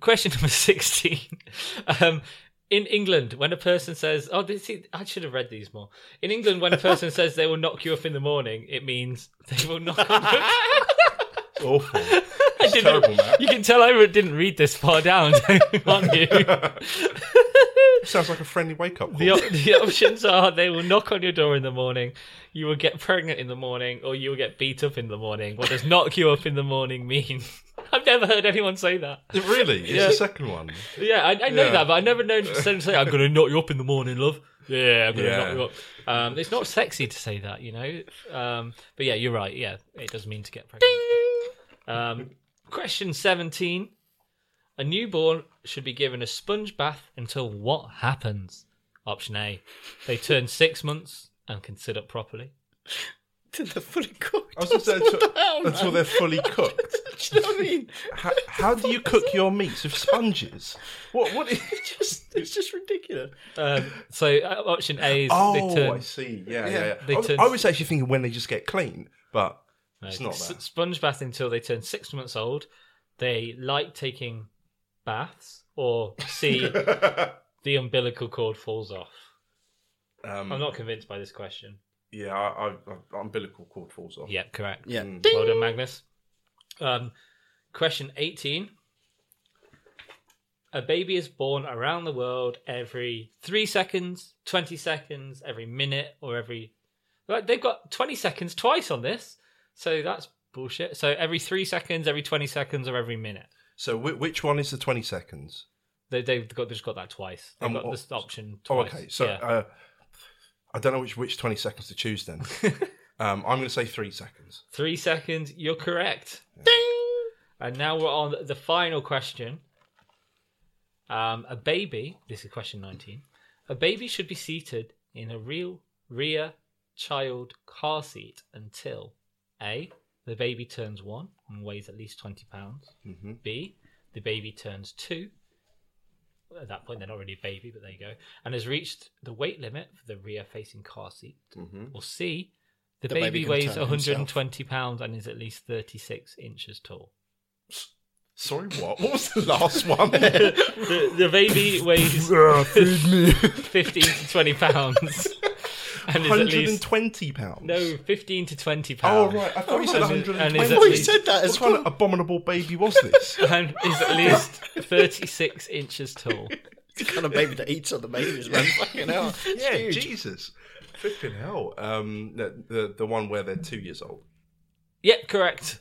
question number sixteen. um, in England, when a person says, "Oh, this is, I should have read these more." In England, when a person says they will knock you up in the morning, it means they will knock.
Awful.
I didn't-
terrible, Matt.
You can tell I didn't read this far down, aren't you?
Sounds like a friendly wake up call.
The, op- the options are they will knock on your door in the morning, you will get pregnant in the morning, or you will get beat up in the morning. What does knock you up in the morning mean? I've never heard anyone say that.
really? It's
Yeah.
the second one.
Yeah, I, I know
Yeah.
that, but I've never known someone say, I'm going to knock you up in the morning, love. Yeah, I'm going to
Yeah.
knock you up. Um, it's not sexy to say that, you know? Um, but yeah, you're right. Yeah, it does mean to get pregnant. Um, question 17 A newborn should be given a sponge bath until what happens? Option A They turn six months and can sit up properly.
Did the fully cooked?
I was just saying
what
until,
the hell,
until
man?
they're fully cooked.
Do you know what I mean?
How, how do you cook your meats with sponges? What? What? Is,
It's just, it's just ridiculous.
Um, so uh, option A is
oh,
they
I
turn.
see. Yeah, yeah.
Yeah,
yeah.
they
I, was,
turn-
I was actually thinking when they just get clean, but
no,
it's not
s-
that.
Sponge bath until they turn six months old. They like taking baths or see the umbilical cord falls off.
um,
I'm not convinced by this question.
Yeah, I, I, I, umbilical cord falls off.
Yep, correct.
Yeah.
Mm.
Well done, Magnus. Um, question 18. A baby is born around the world every three seconds, 20 seconds, every minute, or every. Right, They've got 20 seconds twice on this. So that's bullshit. So every three seconds, every 20 seconds, or every minute.
So whi which one is the twenty seconds?
They, they've got they've just got that twice. They've
Um,
got
oh,
this option
Oh,
twice.
okay. So
Yeah.
uh, I don't know which which twenty seconds to choose then. um, I'm going to say three seconds.
Three seconds. You're correct. And now we're on the final question. Um, a baby. This is question nineteen. A baby should be seated in a real rear child car seat until a the baby turns one and weighs at least twenty pounds.
Mm-hmm.
B, the baby turns two. At that point, they're not really a baby, but there you go. And has reached the weight limit for the rear facing car seat.
Mm-hmm.
Or C, the,
The baby
baby,
can
weighs
turn
120 pounds and is at least 36 inches tall.
Sorry, what? What was the last one?
The, the baby weighs
feed me.
15 to 20 pounds and is at least
120 pounds.
no 15 to 20
Oh,
pounds.
right. I thought you said
And is-
120.
and is at
Well,
least-
that
What kind of abominable baby was this?
And is at least 36 inches tall.
the kind of baby that eats other babies, man. Fucking hell.
yeah, Jesus. Flipping hell. Um, the, the, the one where they're two years old.
Yep, correct.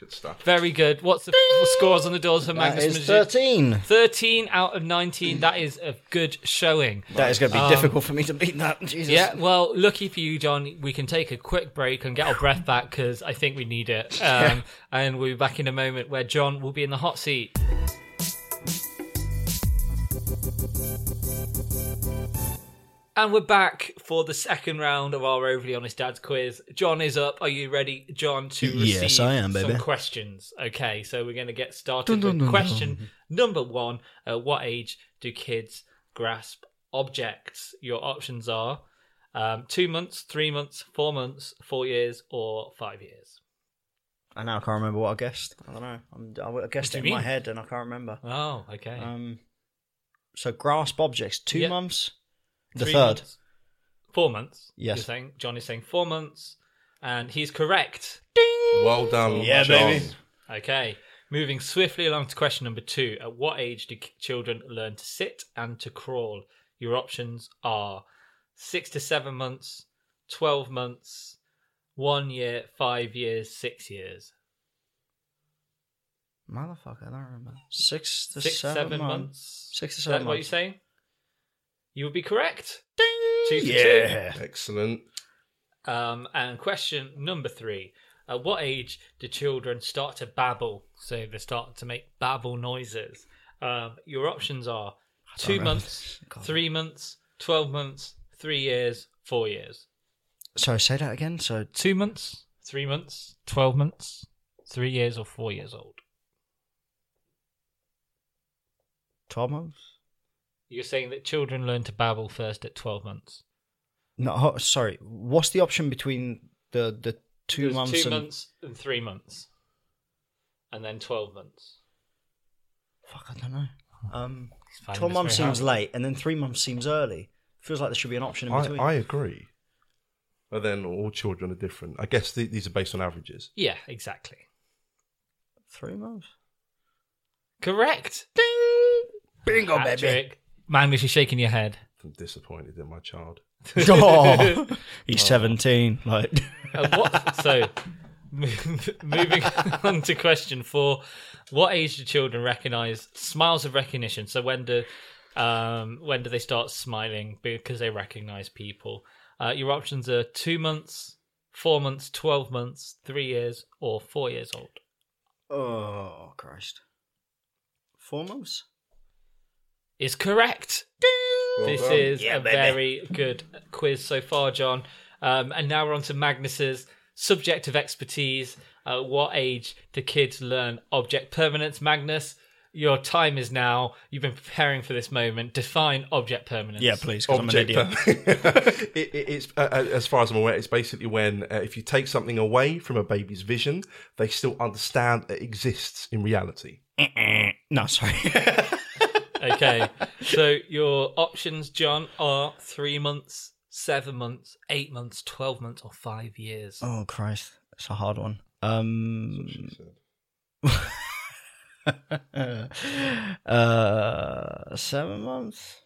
Good stuff.
Very good. What's the f- scores on the doors for
That
Magnus
is
Majer-
13.
13 out of 19. That is a good showing.
That is going to be difficult for me to beat that. Jesus.
Um, Yeah, well, lucky for you, John, we can take a quick break and get our breath back because I think we need it. Um, and we'll be back in a moment where John will be in the hot seat. And we're back for the second round of our Overly Honest Dads quiz. John is up. Are you ready, John, to receive
Yes, I am, baby.
some questions? Okay, so we're going to get started with question number one. At what age do kids grasp objects? Your options are um, two months, three months, four months, four years, or five years.
I now can't remember what I guessed. I don't know. I'm, I would- I guessed it
What
in
do you
my
mean?
head and I can't remember.
Oh, okay.
Um, so grasp objects. Two
Yeah.
months. The
Three
third.
months. four months.
Yes.
You're saying, John is saying four months, and he's correct.
Well done,
Yeah,
John.
baby.
Okay. Moving swiftly along to question number two. At what age do k- children learn to sit and to crawl? Your options are six to seven months, 12 months, one year, five years, six years.
Motherfucker, I don't remember. Six to
Six,
seven,
seven
months.
months.
Six to
Is
seven
that what you're
months.
saying? You would be correct. Two for two.
Yeah.
Excellent.
Um, and question number three. At what age do children start to babble? So they start to make babble noises. Um, your options are two
remember
months,
God.
three months, 12 months, three years, four years.
Sorry, say that again. So
Two months, three months, 12 months, Three years or four years old.
12 months?
You're saying that children learn to babble first at 12 months.
No, ho- sorry. What's the option between the, the two
There's
months
two
and.
months and three months, and then 12 months.
Fuck, I don't know. Um,
He's finding
12
this
months
very hard.
seems late, and then three months seems early. Feels like there should be an option in
I,
between.
I agree. But then all children are different. I guess th- these are based on averages.
Yeah, exactly.
Three months?
Correct.
Bingo,
Hat trick. Man, was you shaking your head?
I'm disappointed in my child.
oh, he's 17. Like,
Uh, what, so, moving on to question four: What age do children recognise smiles of recognition? So when do um, when do they start smiling because they recognise people? Uh, your options are two months, four months, twelve months, three years, or four years old.
oh, Christ. Four months?
Is correct. This
done.
is
Yeah,
a
baby.
very good quiz so far, John. Um, and now we're on to Magnus's subject of expertise. Uh, what age do kids learn object permanence? Magnus, your time is now. You've been preparing for this moment. Define object permanence.
Yeah, please, 'cause I'm an
Object
idiot.
per- It- it- it's uh, uh, as far as I'm aware, it's basically when uh, if you take something away from a baby's vision, they still understand it exists in reality.
No, sorry.
Okay. so your options, John, are three months, seven months, eight months, 12 months, or five years.
oh, Christ. It's a hard one. Um,
She said.
uh, seven months?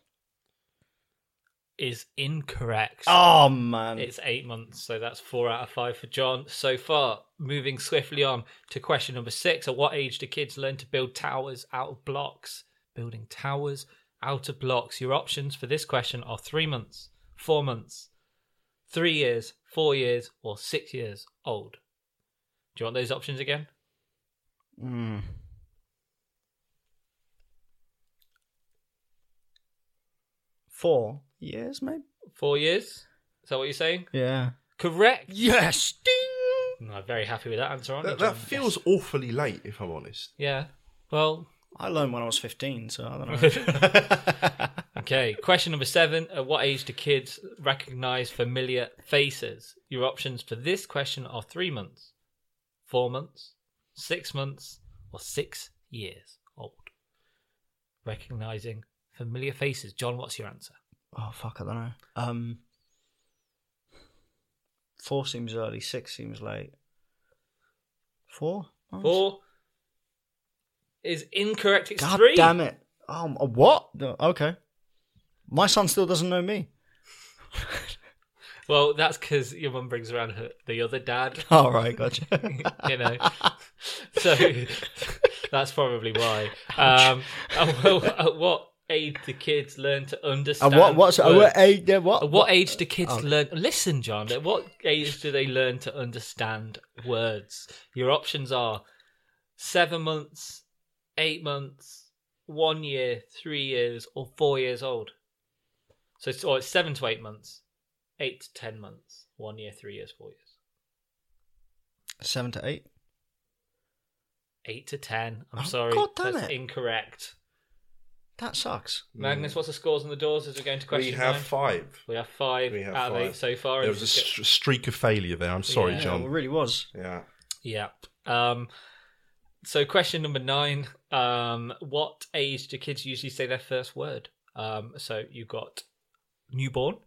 Is incorrect.
Oh,
Um,
man.
It's eight months, so that's four out of five for John so far. Moving swiftly on to question number six: At what age do kids learn to build towers out of blocks? Building towers out of blocks. Your options for this question are three months, four months, three years, four years, or six years old. Do you want those options again?
Mm. Four years, maybe?
Four years. Is that what you're saying?
Yeah.
Correct.
Yes! Ding!
I'm very happy with that answer. Aren't
That,
you, John?
that feels awfully late, if I'm honest.
Yeah. Well,
I learned when I was 15, so I don't know.
Okay, question number seven. At what age do kids recognize familiar faces? Your options for this question are three months, four months, six months, or six years old. Recognizing familiar faces. John, what's your answer?
oh, fuck, I don't know. Um, four seems early, six seems late. Four? months?
Four is incorrect. It's
God
three.
damn it. Um, a what? No, Okay. My son still doesn't know me.
Well, that's because your mum brings around her, the other dad,
All right, gotcha.
you know. so that's probably why. Um, at, well, at what age do kids learn to understand?
and what? What's uh,
words?
what? Age, uh, what?
At what age do kids
Oh.
learn? Listen, John. At what age do they learn to understand words? Your options are seven months, eight months, one year, three years, or four years old. So it's, or it's seven to eight months, eight to ten months, one year, three years, four years,
Seven to eight.
eight to ten. I'm
Oh,
sorry,
God damn
that's
it.
incorrect.
That sucks.
Magnus, what's the scores on the doors as we're going to question
we have
nine?
five.
we have five
We have
out of
five.
eight so far.
There
and
was a
this is go-
st- streak of failure there. I'm sorry,
Yeah.
it
John.
really was.
Yeah.
Yeah. Um, so, question number nine: um, What age do kids usually say their first word? Um, so you got newborn,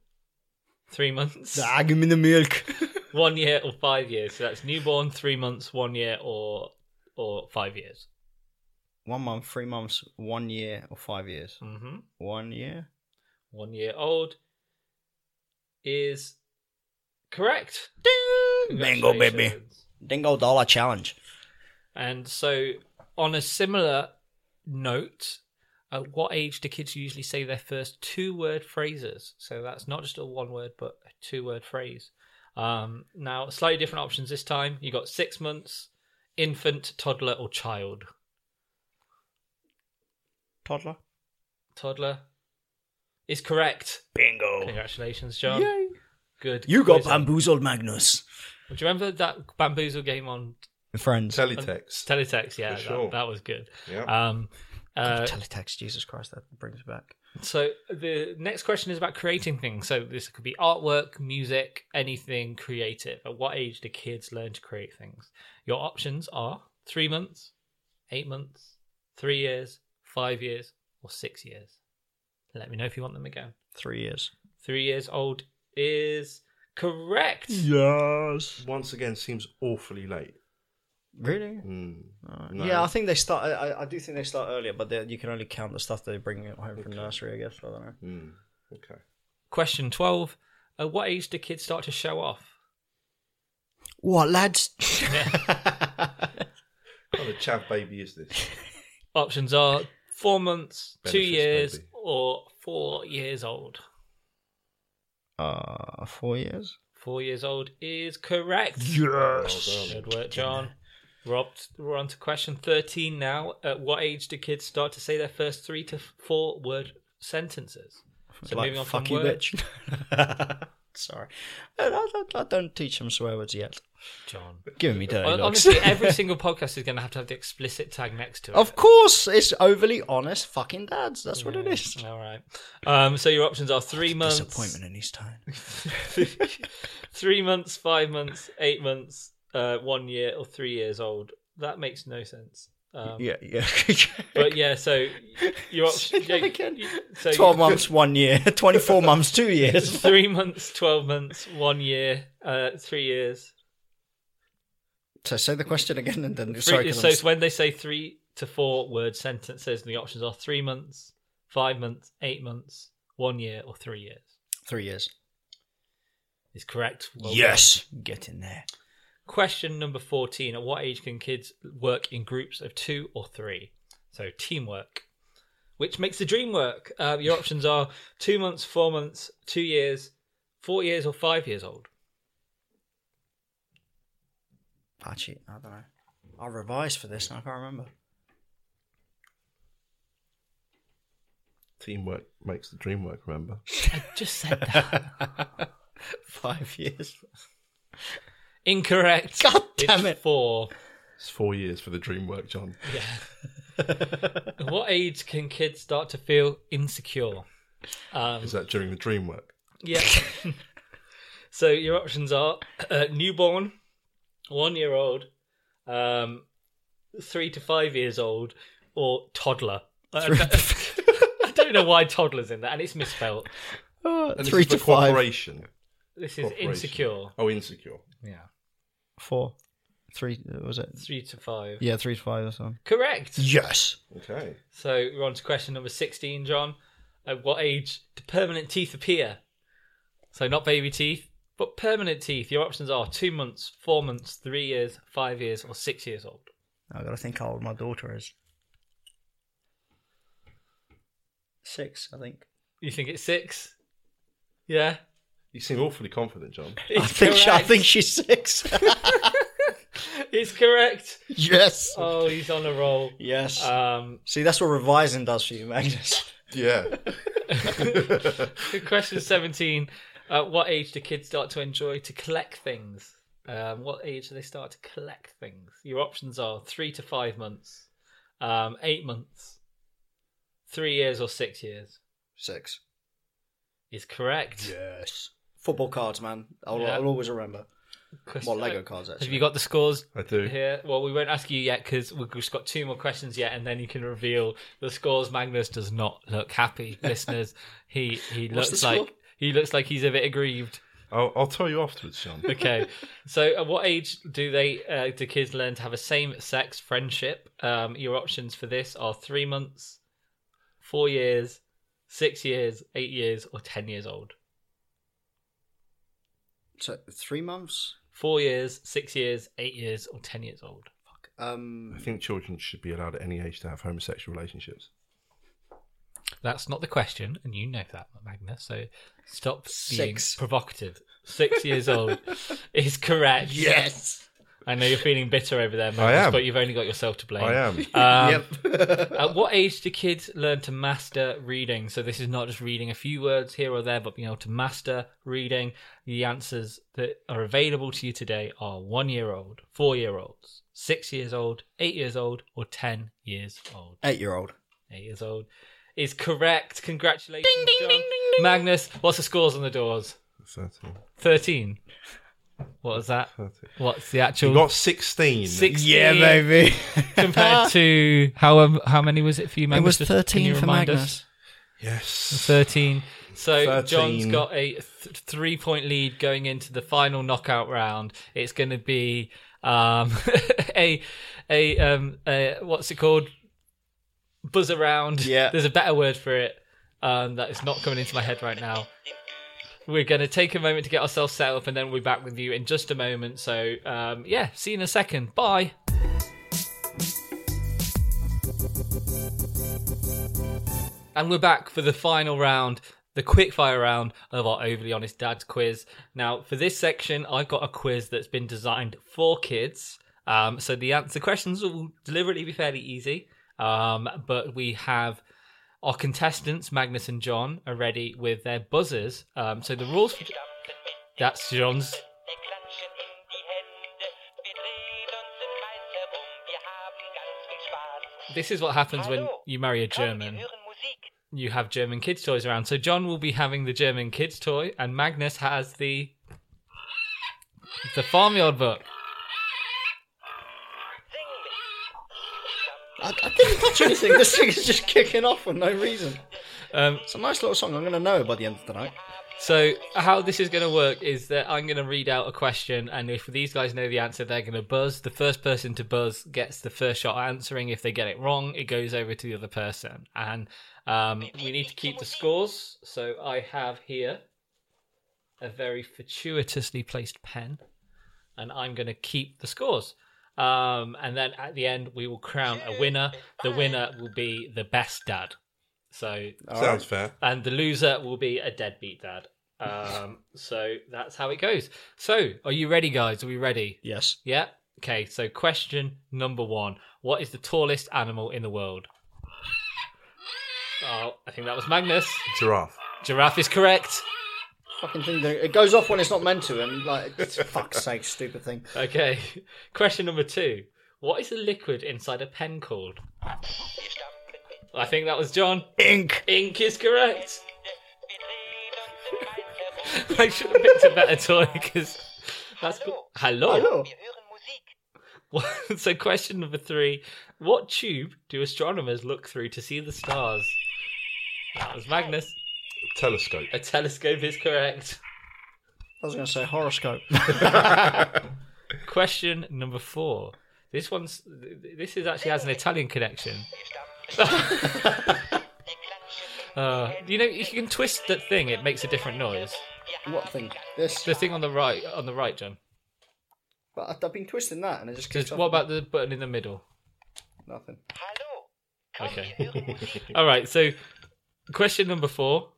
three months,
Dag in the milk.
one year, or five years. So that's newborn, three months, one year, or or five years.
One month, three months, one year, or five years.
hmm
One year.
One year old is correct.
Bingo, baby.
Congratulations.
Dingo dollar challenge.
And so, on a similar note, at what age do kids usually say their first two word phrases? So that's not just a one word, but a two word phrase. Um, now, slightly different options this time. You got six months, infant, toddler, or child.
Toddler.
Toddler is correct.
Bingo.
Congratulations, John. Good.
Oh. You got
quiz.
bamboozled, Magnus.
Do you remember that bamboozle game on
and friends.
Teletext.
Teletext, yeah,
For sure.
that, that was good.
Yeah.
Um, uh,
Teletext, Jesus Christ, that brings me back.
so the next question is about creating things. So this could be artwork, music, anything creative. At what age do kids learn to create things? Your options are three months, eight months, three years, five years, or six years. Let me know if you want them again.
Three years.
Three years old is correct.
Yes.
Once again, seems awfully late.
Really?
Hmm. No.
Yeah, I think they start. I- I, I do think they start earlier, but they- you can only count the stuff they bring home from nursery. I guess I don't know.
Hmm. Okay.
Question 12. At what age do kids start to show off?
What lads?
What kind of chav baby is this?
Options are four months, two
Benefits,
years,
maybe.
or four years old.
uh, four years.
Four years old is correct.
Well done.
Good work, John. We're, up we're on to question 13 now. At what age do kids start to say their first three to four word sentences? So
like,
moving on
fuck
from
you,
word-
bitch. Sorry, I, I don't- I don't teach them swear words yet.
John.
Giving me dirty
Hon-
looks.
Honestly, every single podcast is going to have to have the explicit tag next to it.
of course, it's overly honest fucking dads. That's what it is.
All right. Um, so your options are three months.
Disappointment in his tone.
three months, five months, eight months, uh, one year, or three years old. That makes no sense. Um,
yeah, yeah.
But yeah, so your
Say
options.
that again.
So you-
Twelve months, one year. Twenty-four months, two years.
three months, twelve months, one year, uh, three years.
So say the question again, and then
Three-
sorry, 'cause
so
I'm
it's when they say three to four word sentences, the options are three months, five months, eight months, one year, or three years.
Three years.
Is correct. Well done.
Get in there.
Question number 14 At what age can kids work in groups of two or three? So, teamwork, which makes the dream work. Uh, your options are two months, four months, two years, four years, or five years old.
Actually, I don't know. I revised for this and I can't remember.
Teamwork makes the dream work, remember?
I just said that.
Five years.
Incorrect.
God damn
it's
it.
Four.
It's four years for the dream work, John.
At what age can kids start to feel insecure? Um,
Is that during the dream work?
yeah. so, your options are uh, newborn, one year old, um, three to five years old, or toddler. I don't, I don't know why toddler's in that, and it's misspelled.
And
Three
this is
to
for
five.
cooperation.
This is
Corporation.
insecure.
Oh, insecure.
Yeah.
Four. Three. Was it?
Three to five.
Yeah, three to five or something.
Correct.
Yes.
Okay.
So we're on to question number 16, John. At what age do permanent teeth appear? So not baby teeth, but permanent teeth. Your options are two months, four months, three years, five years, or six years old.
I gotta think how old my daughter is. Six, I think.
You think it's six? Yeah.
You seem awfully confident, John.
I think, she, I
correct.
think she's six.
it's correct.
yes.
Oh, he's on a roll.
yes.
Um,
See, that's what revising does for you, Magnus.
Yeah.
question 17. At what age do kids start to enjoy to collect things? Um, what age do they start to collect things? Your options are three to five months, um, eight months, three years, or six years.
Six.
Is correct.
Yes. Football cards, man. I'll,
Yeah.
I'll always remember.
Question-
Well, Lego cards, actually.
Have you got the scores
I do.
here? Well, we won't ask you yet because we've just got two more questions yet, and then you can reveal the scores. Magnus does not look happy, listeners. He he
What's
looks
the
like
score?
he looks like he's a bit aggrieved.
I'll, I'll tell you afterwards, John.
okay. So, at what age do they uh, do kids learn to have a same-sex friendship? Um, your options for this are three months, four years, six years, eight years, or ten years old.
So, three months?
Four years, six years, eight years, or ten years old.
I
Um,
think children should be allowed at any age to have homosexual relationships.
That's not the question, and you know that, Magnus. So, stop being
Six.
provocative. Six years old is correct.
yes.
I know you're feeling bitter over there, Magnus,
am.
but you've only got yourself to blame.
I am.
Um,
yep.
At what age do kids learn to master reading? So this is not just reading a few words here or there, but being able to master reading. The answers that are available to you today are one year old, four year olds, six years old, eight years old, or ten years old.
Eight year old.
Eight years old is correct. Congratulations, John. Magnus. What's the scores on the doors?
13.
Thirteen. What is that?
13.
What's the
You
actual
got 16.
sixteen
baby.
compared to how um, how many was it for you?
it
Magnus?
was
Just- can
13
you
for
remind us?
Magnus.
Yes.
13. So
13.
John's got a th- three point lead going into the final knockout round. It's going to be um, a, a, um, a, what's it called? Buzz around.
Yeah.
There's a better word for it um, that is not coming into my head right now. We're going to take a moment to get ourselves set up and then we'll be back with you in just a moment. So, um, yeah, see you in a second. Bye. And we're back for the final round, the quickfire round of our Overly Honest Dads quiz. Now, for this section, I've got a quiz that's been designed for kids. Um, so the answer questions will deliberately be fairly easy. Um, but we have our contestants, Magnus and John, are ready with their buzzers. Um, so the rules. For... That's John's.
Wir klatschen in die Hände, wir drehen uns im Kreis herum, wir haben ganz viel Spaß.
This is what happens when
Hallo.
you marry a
Komm,
German.
wir hören Musik.
You have German kids' toys around. So John will be having the German kids' toy, and Magnus has the the farmyard book.
Sing mit.
I, I didn't touch anything. this thing is just kicking off for no reason.
Um,
It's a nice little song. I'm going to know it by the end of the night.
So how this is going to work is that I'm going to read out a question, and if these guys know the answer, they're going to buzz. The first person to buzz gets the first shot at answering. If they get it wrong, it goes over to the other person, and um, we need to keep the scores. So I have here a very fortuitously placed pen, and I'm going to keep the scores. Um, and then at the end, we will crown a winner. The winner will be the best dad. So
All
Sounds
right.
fair.
and the loser will be a deadbeat dad. Um, so that's how it goes. So, are you ready, guys? Are we ready?
Yes.
Yeah. Okay. So, question number one: What is the tallest animal in the world? Oh, I think that was Magnus.
Giraffe.
Giraffe is correct.
Fucking thing. that- It goes off when it's not meant to, and like, it's, fuck's sake, stupid thing.
Okay. Question number two: What is the liquid inside a pen called?
Wir stampfen mit.
I think that was John.
Ink.
Ink is correct.
Wir drehen uns im um. Kreis herum,
I should have picked a better toy because that's hello.
Hello.
wir hören Musik.
so question number three what tube do astronomers look through to see the stars that was magnus
Telescope.
a telescope is correct
I was going to say horoscope.
question number four this one's this is actually has an italian connection
Wir stampfen mit. Wir klatschen in die
uh,
Hände,
you know if you can twist that thing it makes a different noise
wir haben
what thing? This.
the thing on the right on the right john
But I- I've been twisting that, and it just
Just-
kicks off.
what about the button in the middle
nothing?
Hallo. Komm,
Okay.
wir hören Musik.
all right so question number four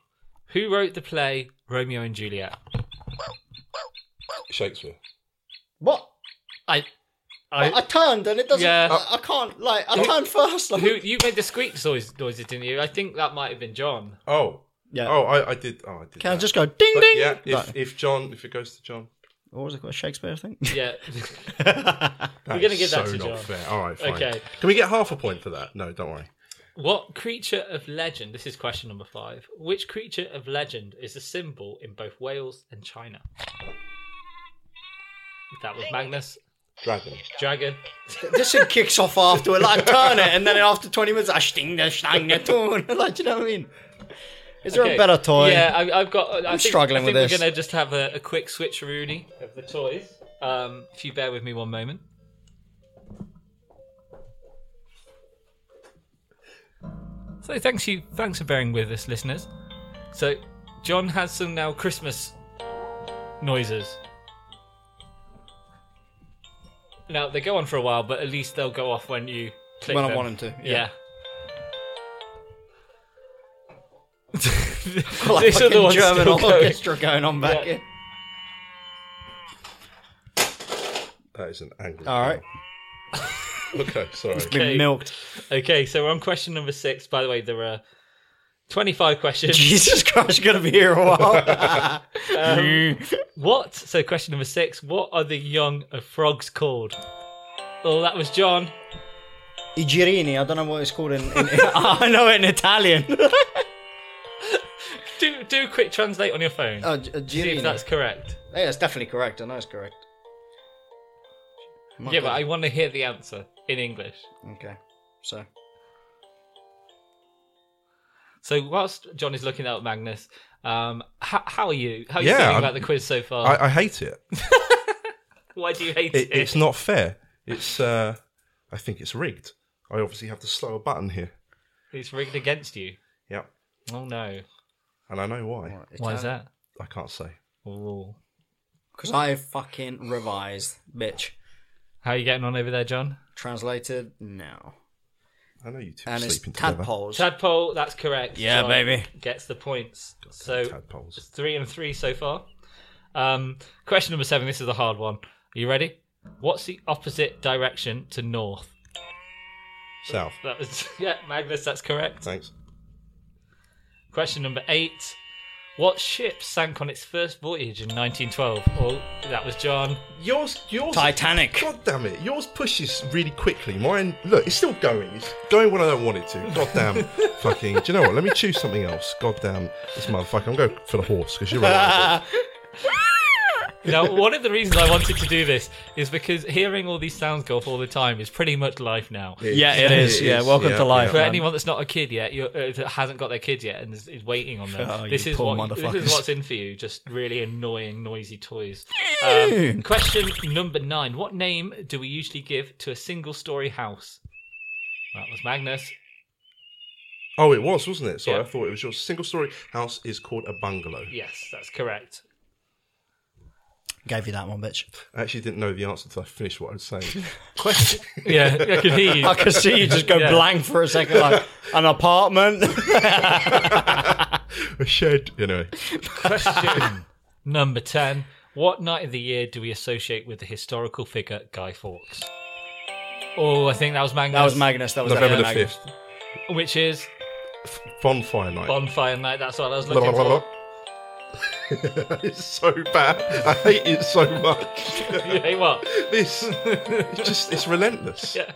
who wrote the play romeo and juliet
Shakespeare.
What?
i
I,
i
turned, and it doesn't.
Yeah.
I, I can't. Like, I turned first. Like,
Who you made the squeak noise, noises, didn't you? I think that might have been John.
Oh.
Yeah.
Oh, I, I did. Oh, I did.
Can I
that.
just go ding
But
ding?
yeah, if,
No.
if John, if it goes to John,
What was it called? Shakespeare thing?
Yeah.
We're
gonna give
so
that to
not
John.
Fair. All right, fine.
Okay.
Can we get half a point for that? No, don't worry.
what creature of legend? This is question number five. Which creature of legend is a symbol in both Wales and China? That was Magnus.
Dragon.
Dragon.
this thing kicks off afterward. Like, I turn it, and then after 20 minutes, I sting the sting the tune. Like, do you know what I mean? Is there a
Okay.
better toy?
Yeah, I, I've got. I
I'm
think-
struggling
I
with
think We're
this.
going to just have a, a quick switcheroo of the toys. Um, if you bear with me one moment. So thanks you, thanks for bearing with us, listeners. So John has some now Christmas noises. Now they go on for a while, but at least they'll go off when you click
When I
them.
want 'em to, yeah.
yeah.
Like,
These are the
fucking
ones
German
still going.
orchestra going on back
Yeah.
here.
That is an angry.
All right.
cow. Okay, sorry.
Okay.
Been milked.
Okay, so we're on question number six. By the way, there are 25 questions.
Jesus Christ, you're gonna be here a while.
Um, what? So, question number six What are the young of frogs called? Oh, that was John.
I girini, I don't know what it's called in. in I know it in Italian.
Do, do a quick translate on your phone.
Oh, gi-
see
girini.
if that's correct.
Yeah, it's definitely correct. I know it's correct. My
yeah, but I
God.
want to hear the answer in English.
Okay, so
So, whilst John is looking out, Magnus, um, how, how are you? How are you
Yeah,
feeling
I'm-
about the quiz so far?
Oh.
I, I hate it.
Why do you hate it?
it. It's not fair. It's. uh I think it's rigged. I obviously have the slower button here.
It's rigged against you.
Yep.
Oh, no.
And I know why.
Why is that?
I can't say.
Ooh.
Because I fucking revised, bitch.
How are you getting on over there, John?
Translated now,
I know you two are
and it's
sleeping together.
tadpoles.
Tadpole, that's correct.
Yeah,
John
baby.
Gets the points. So
Tadpoles.
three and three so far. Um, question number seven. This is a hard one. Are you ready? What's the opposite direction to north?
South.
That was yeah, Magnus. That's correct.
Thanks.
Question number eight. What ship sank on its first voyage in 1912? Oh, that was John.
Yours. Yours.
Titanic.
God damn it! Yours pushes really quickly. Mine, look, it's still going. It's going when I don't want it to. God damn, fucking. Do you know what? Let me choose something else. God damn, this motherfucker. I'm going for the horse because you're right.
Now, one of the reasons I wanted to do this is because hearing all these sounds go off all the time is pretty much life now.
Yeah, it is. Yeah, welcome to life.
For
man.
anyone that's not a kid yet, you're, uh, that hasn't got their kid yet, and is, is waiting on them,
Oh, you
this is
poor
what this
motherfuckers.
is what's in for you. Just really annoying, noisy toys. Um, question number nine: What name do we usually give to a single-story house? That was Magnus.
Oh, it was, wasn't it? Sorry,
Yeah.
I thought it was your single-story house is called a bungalow.
Yes, that's correct.
Gave you that one, bitch.
I actually didn't know the answer until I finished what I was saying.
Question. yeah, I can hear you.
I could see you just go
Yeah.
blank for a second, like an apartment.
a shed. Anyway,
Question number ten: What night of the year do we associate with the historical figure Guy Fawkes? Oh, I think that was Magnus.
that was Magnus. That was
November the
definitely
fifth.
Which is
Bonfire night.
bonfire night. That's what I was
Blah,
looking
blah, blah,
for.
blah. it's so bad. I hate it so much.
You hate what?
this, it's just, it's relentless.
Yeah.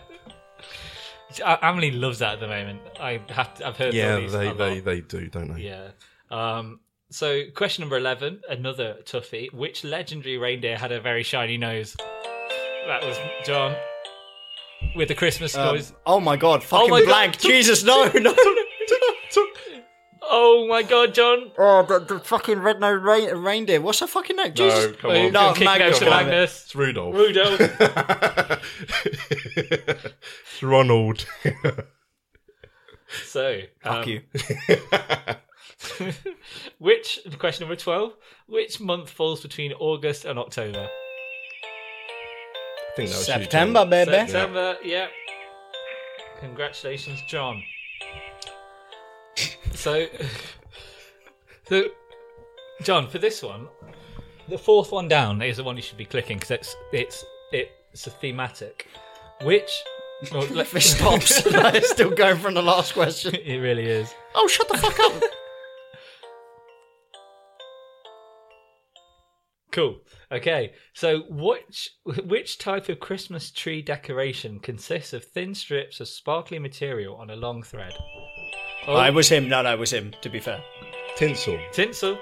A- Emily loves that at the moment. I have to, I've heard. all
Yeah,
these
they,
a
they,
lot.
they do, don't they?
Yeah. Um. So, question number eleven, another toughie. Which legendary reindeer had a very shiny nose? That was John with the Christmas noise.
Magnus. Um, oh my god, fucking
my God.
blank. Jesus, no, no.
Oh my God, John!
Oh, the, the fucking red-nosed rein- reindeer. What's her fucking name? Jesus.
come
Oh,
on.
no,
No,
kick
Magnus,
out to
come on.
Magnus.
It's Rudolph.
Rudolph.
it's Ronald.
So,
Fuck
um,
you.
Which question number twelve? Which month falls between August and October?
I think that was you, John.
September, baby.
September, yeah. Congratulations, John. so, so, John, for this one, the fourth one down is the one you should be clicking because it's it's it's a thematic. Which, well, let-
If it stops, it's still going from the last question.
it really is.
Oh, shut the fuck up.
Cool. Okay. So, which which type of Christmas tree decoration consists of thin strips of sparkly material on a long thread? Oh,
I was him. No, no, it was him, to be fair.
Tinsel.
tinsel.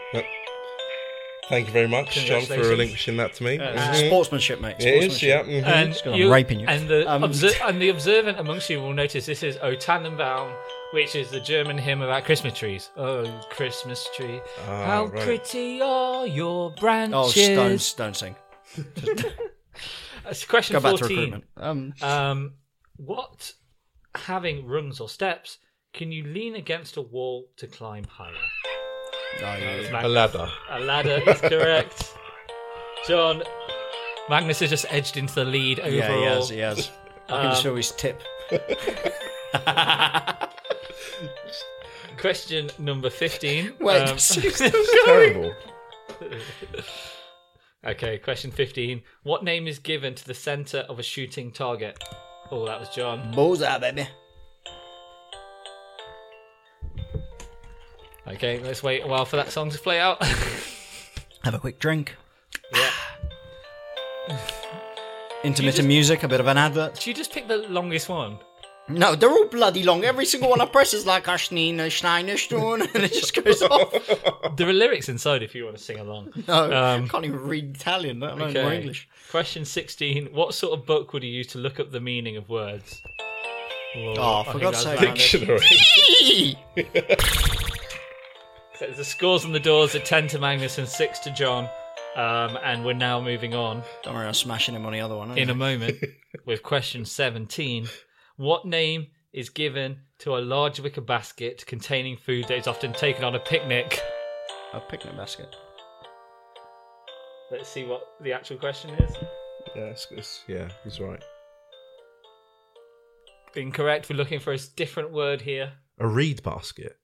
Thank you very much, John, for
Congratulations.
relinquishing that to me.
It's
Mhm.
Sportsmanship, mate.
It is,
Uh, Sportsmanship.
yeah. mhm.
and
Just 'cause I'm raping you.
And the,
Um,
obser- and the observant amongst you will notice this is O Tannenbaum, which is the German hymn about Christmas trees. Oh, Christmas tree,
Ah,
how
right.
pretty are your branches?
Oh, stones, don't sing.
Uh, question
Go back to
fourteen.
recruitment. Um,
Um, what having rungs or steps can you lean against a wall to climb higher?
no, you-
It's
A
Mag-
ladder.
a ladder is correct. John, Magnus has just edged into the lead overall.
yeah, he has, he has. I
Um,
can show his tip.
Question number fifteen.
Wait,
Um,
It's terrible.
Okay, question 15. What name is given to the center of a shooting target? Oh, that was John.
Bullseye, baby.
Okay, let's wait a while for that song to play out.
Have a quick drink.
yeah.
Intermittent music, a bit of an advert.
Did you just pick the longest one?
No, they're all bloody long. Every single one I press is like Ashnina, Schneiner, Sturn, and it just goes off.
There are lyrics inside if you want to sing along.
No,
Um,
can't even read Italian, let alone
Okay.
English.
Question 16. What sort of book would you use to look up the meaning of words? Whoa,
Oh,
I
for
think
God's
that's
sake.
round it.
Dictionary.
So The scores on the doors are 10 to Magnus and 6 to John. Um, and we're now moving on
Don't worry, I'm smashing him on the other one. eh?
in a moment with question 17. What name is given to a large wicker basket containing food that is often taken on a picnic?
a picnic basket.
Let's see what the actual question is.
yeah, it's, it's, yeah, he's right.
Incorrect. We're looking for a s- different word here.
A reed basket.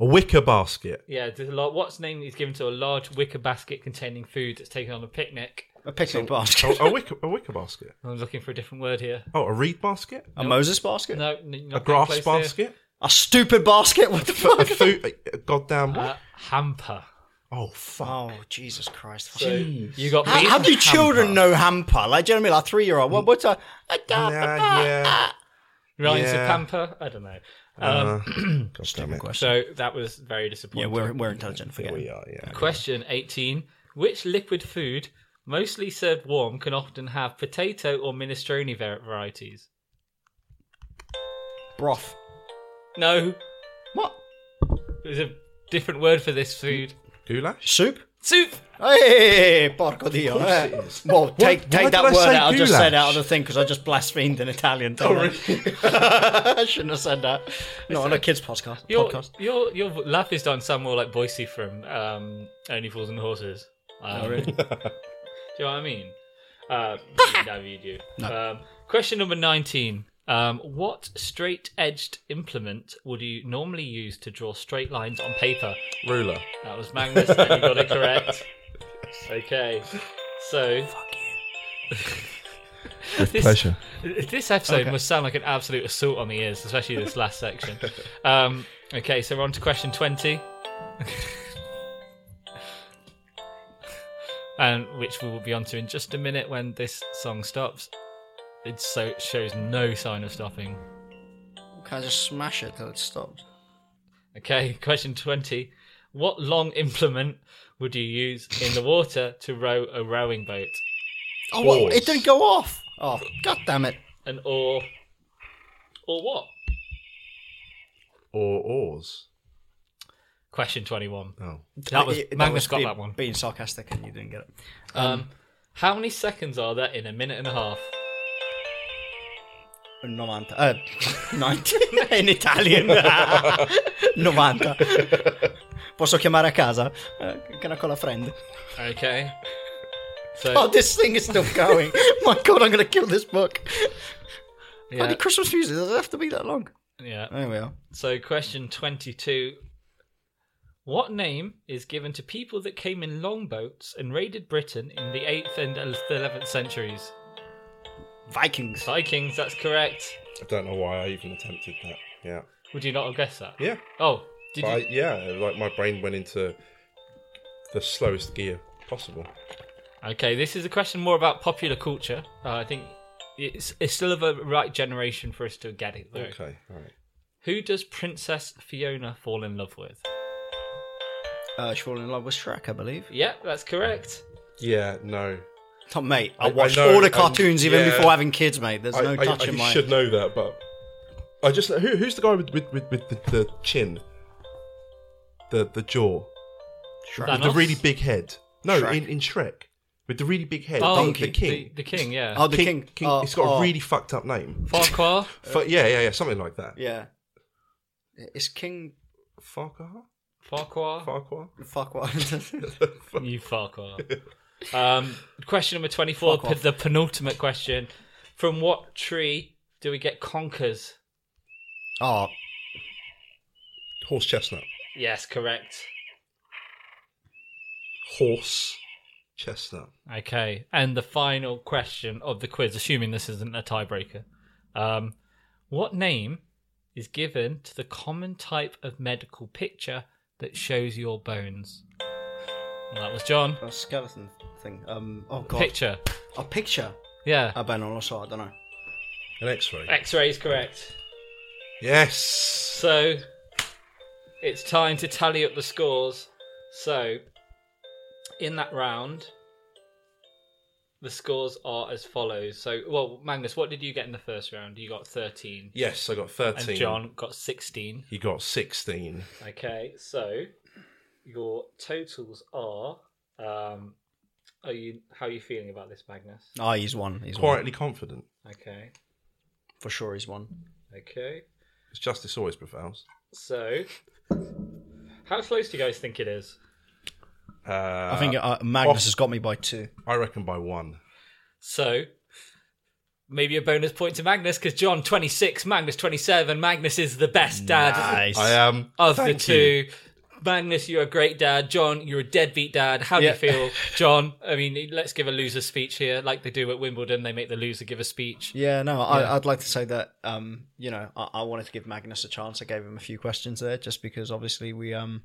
A wicker basket.
Yeah, there's a lot. What's name is given to a large wicker basket containing food that's taken on a picnic?
A picnic basket.
Oh, A, a wicker, a wicker basket.
I'm looking for a different word here.
Oh, a reed basket.
A Moses basket?
No, n- you're not
a grass
getting close here.
basket.
A stupid basket? What the
A
fuck?
food. A goddamn.
Uh, hamper.
oh fuck.
oh, Jesus Christ.
You got
How,
beaten,
how do children
hamper.
know hamper? Like, do you know what I mean? Like, three year old. What, what's a. a
uh,
Yeah, yeah.
Rhymes
Yeah.
with pamper? I don't know. Um,
Uh, God damn it.
so that was very disappointing.
we're, we're intelligent. Forget
We
it.
are. Yeah.
Question 18. Which liquid food, mostly served warm, can often have potato or minestrone var- varieties?
Broth.
No,
What?
there's a different word for this food.
Goulash.
Soup?
Soup!
Hey, porco dio.
course
eh?
it is.
Well, take,
why
take
did
that
I
word
say
out. I just said
goulash?
out of the thing because I just blasphemed in Italian. didn't I? I shouldn't have said that. No, on a kids' podcast.
Your,
podcast.
your your laugh is done sound more like Boise from um, Only Fools and Horses. Um, Do you know what I mean? Um, no, you do. Um, question number 19. Um, what straight edged implement would you normally use to draw straight lines on paper?
Ruler.
That was Magnus, and you got it correct. Okay. So.
With
This-
pleasure.
This episode must sound like an absolute assault on the ears, especially this last section. Um, okay, so we're on to question 20. and which we will be on to in just a minute when this song stops. It so shows no sign of stopping.
Can I just smash it till it stops?
Okay, question 20. What long implement would you use in the water to row a rowing boat?
Oh, what?
Oars.
it didn't go off. Oh, god damn it.
An oar. Or what?
Or oars.
Question 21.
Oh.
That was,
It- that
Magnus
was
got
being-
that one.
Being sarcastic and you didn't get it.
Um, how many seconds are there in a minute and a half?
Novanta. Uh, 90 in Italian. 90. Posso chiamare a casa? Uh, can I call a friend?
Okay. So
Oh, this thing is still going. My god, I'm going to kill this book. Bloody
yeah,
Christmas music does it have to be that long?
yeah.
There we are.
So question twenty-two. What name is given to people that came in longboats and raided Britain in the eighth and eleventh centuries?
Vikings.
Vikings. That's correct.
I don't know why I even attempted that. Yeah.
Would you not have guessed that?
Yeah.
Oh, did
But I,
you?
yeah, like my brain went into the slowest gear possible.
Okay, this is a question more about popular culture. Uh, I think it's it's still of a right generation for us to get it. Though.
Okay, all right.
Who does Princess Fiona fall in love with?
Uh, she fell in love with Shrek, I believe.
Yeah, that's correct.
Yeah, no.
Top mate,
I-
I
I
watched
know,
all the
um,
cartoons even
yeah.
before having kids, mate. There's
I,
no
I-
touch
I
in my.
should know that, but I just who, who's the guy with with, with, with the, the chin, the the jaw,
Thanos?
with the really big head. No,
Shrek.
in, in Shrek, with the really big head.
Oh,
the, the
Donkey.
The,
king.
the king, yeah.
Oh, the king. Oh,
it's got
oh,
a really fucked up name.
Farquhar.
Fu- yeah, yeah, yeah, something like that.
Yeah. It's King.
Farquhar,
Farquhar.
Farquhar.
Fuck what?
You Farquhar. um, question number 24,
Fuck off.
the penultimate question. From what tree do we get conkers?
oh,
Horse chestnut.
Yes, correct.
Horse Chestnut.
Okay, and the final question of the quiz, assuming this isn't a tiebreaker. Um, what name is given to the common type of medical picture that shows your bones? Well, that was John.
A skeleton thing. Um. Oh god.
Picture.
A picture.
Yeah.
A Benonosaur. I don't know.
An X-ray.
X ray is correct.
Yes.
So it's time to tally up the scores. So in that round, the scores are as follows. So, well, Magnus, what did you get in the first round? You got 13,
Yes, I got thirteen.
and John got 16.
he got sixteen.
Okay, so your totals are. Um, are you how are you feeling about this, Magnus?
Ah, he's one. He's one.
Quietly confident,
Okay,
For sure, he's one.
okay.
because justice always prevails.
So, how close do you guys think it is?
Uh,
I think uh,
Oh.
Magnus has got me by two.
I reckon by one.
So, maybe a bonus point to Magnus because John 26, Magnus 27. Magnus is the best dad
Nice.
I am
of
Thank
the
you.
two. Magnus, you're a great dad. John, you're a deadbeat dad. How
Yeah.
do you feel, John? I mean, let's give a loser speech here, like they do at Wimbledon. They make the loser give a speech.
Yeah, no, I, I'd like to say that um, you know I, I wanted to give Magnus a chance. I gave him a few questions there just because obviously we um,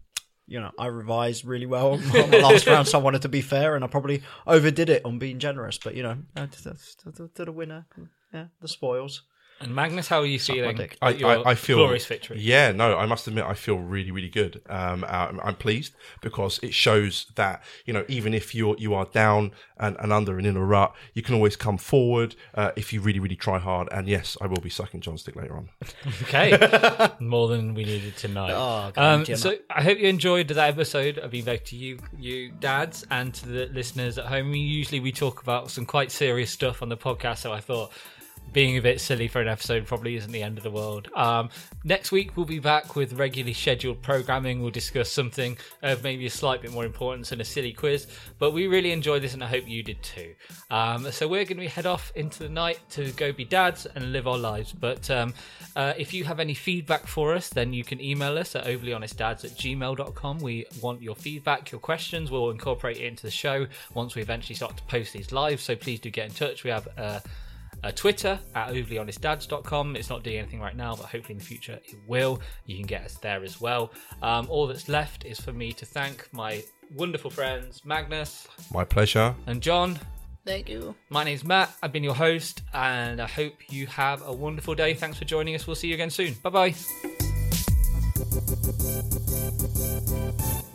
you know, I revised really well on my last round, so I wanted to be fair, and I probably overdid it on being generous. But you know, uh, to, to, to, to the winner, yeah, the spoils.
And Magnus, how are you
my
feeling?
dick.
at
I,
your
I, I feel
glorious victory.
Yeah, no, I must admit, I feel really, really good. Um, I'm, I'm pleased because it shows that you know, even if you're you are down and, and under and in a rut, you can always come forward uh, if you really, really try hard. And yes, I will be sucking John Stick later on.
Okay, more than we needed tonight.
Oh, God,
um,
Gemma.
so I hope you enjoyed that episode. I mean, both to you, you dads, and to the listeners at home. Usually, we talk about some quite serious stuff on the podcast, so I thought being a bit silly for an episode probably isn't the end of the world. Um, next week, we'll be back with regularly scheduled programming. We'll discuss something of maybe a slight bit more importance and a silly quiz, but we really enjoyed this, and I hope you did too. Um, so we're going to head off into the night to go be dads and live our lives. But um, uh, if you have any feedback for us, then you can email us at overlyhonestdads at gmail.com. We want your feedback, your questions. We'll incorporate it into the show once we eventually start to post these live. So please do get in touch. We have. Uh, uh, Twitter at overlyhonestdads.com. It's not doing anything right now, but hopefully in the future it will. You can get us there as well. Um, all that's left is for me to thank my wonderful friends Magnus
My pleasure.
and John.
Thank you.
My name's Matt. I've been your host, and I hope you have a wonderful day. Thanks for joining us. We'll see you again soon. Bye bye.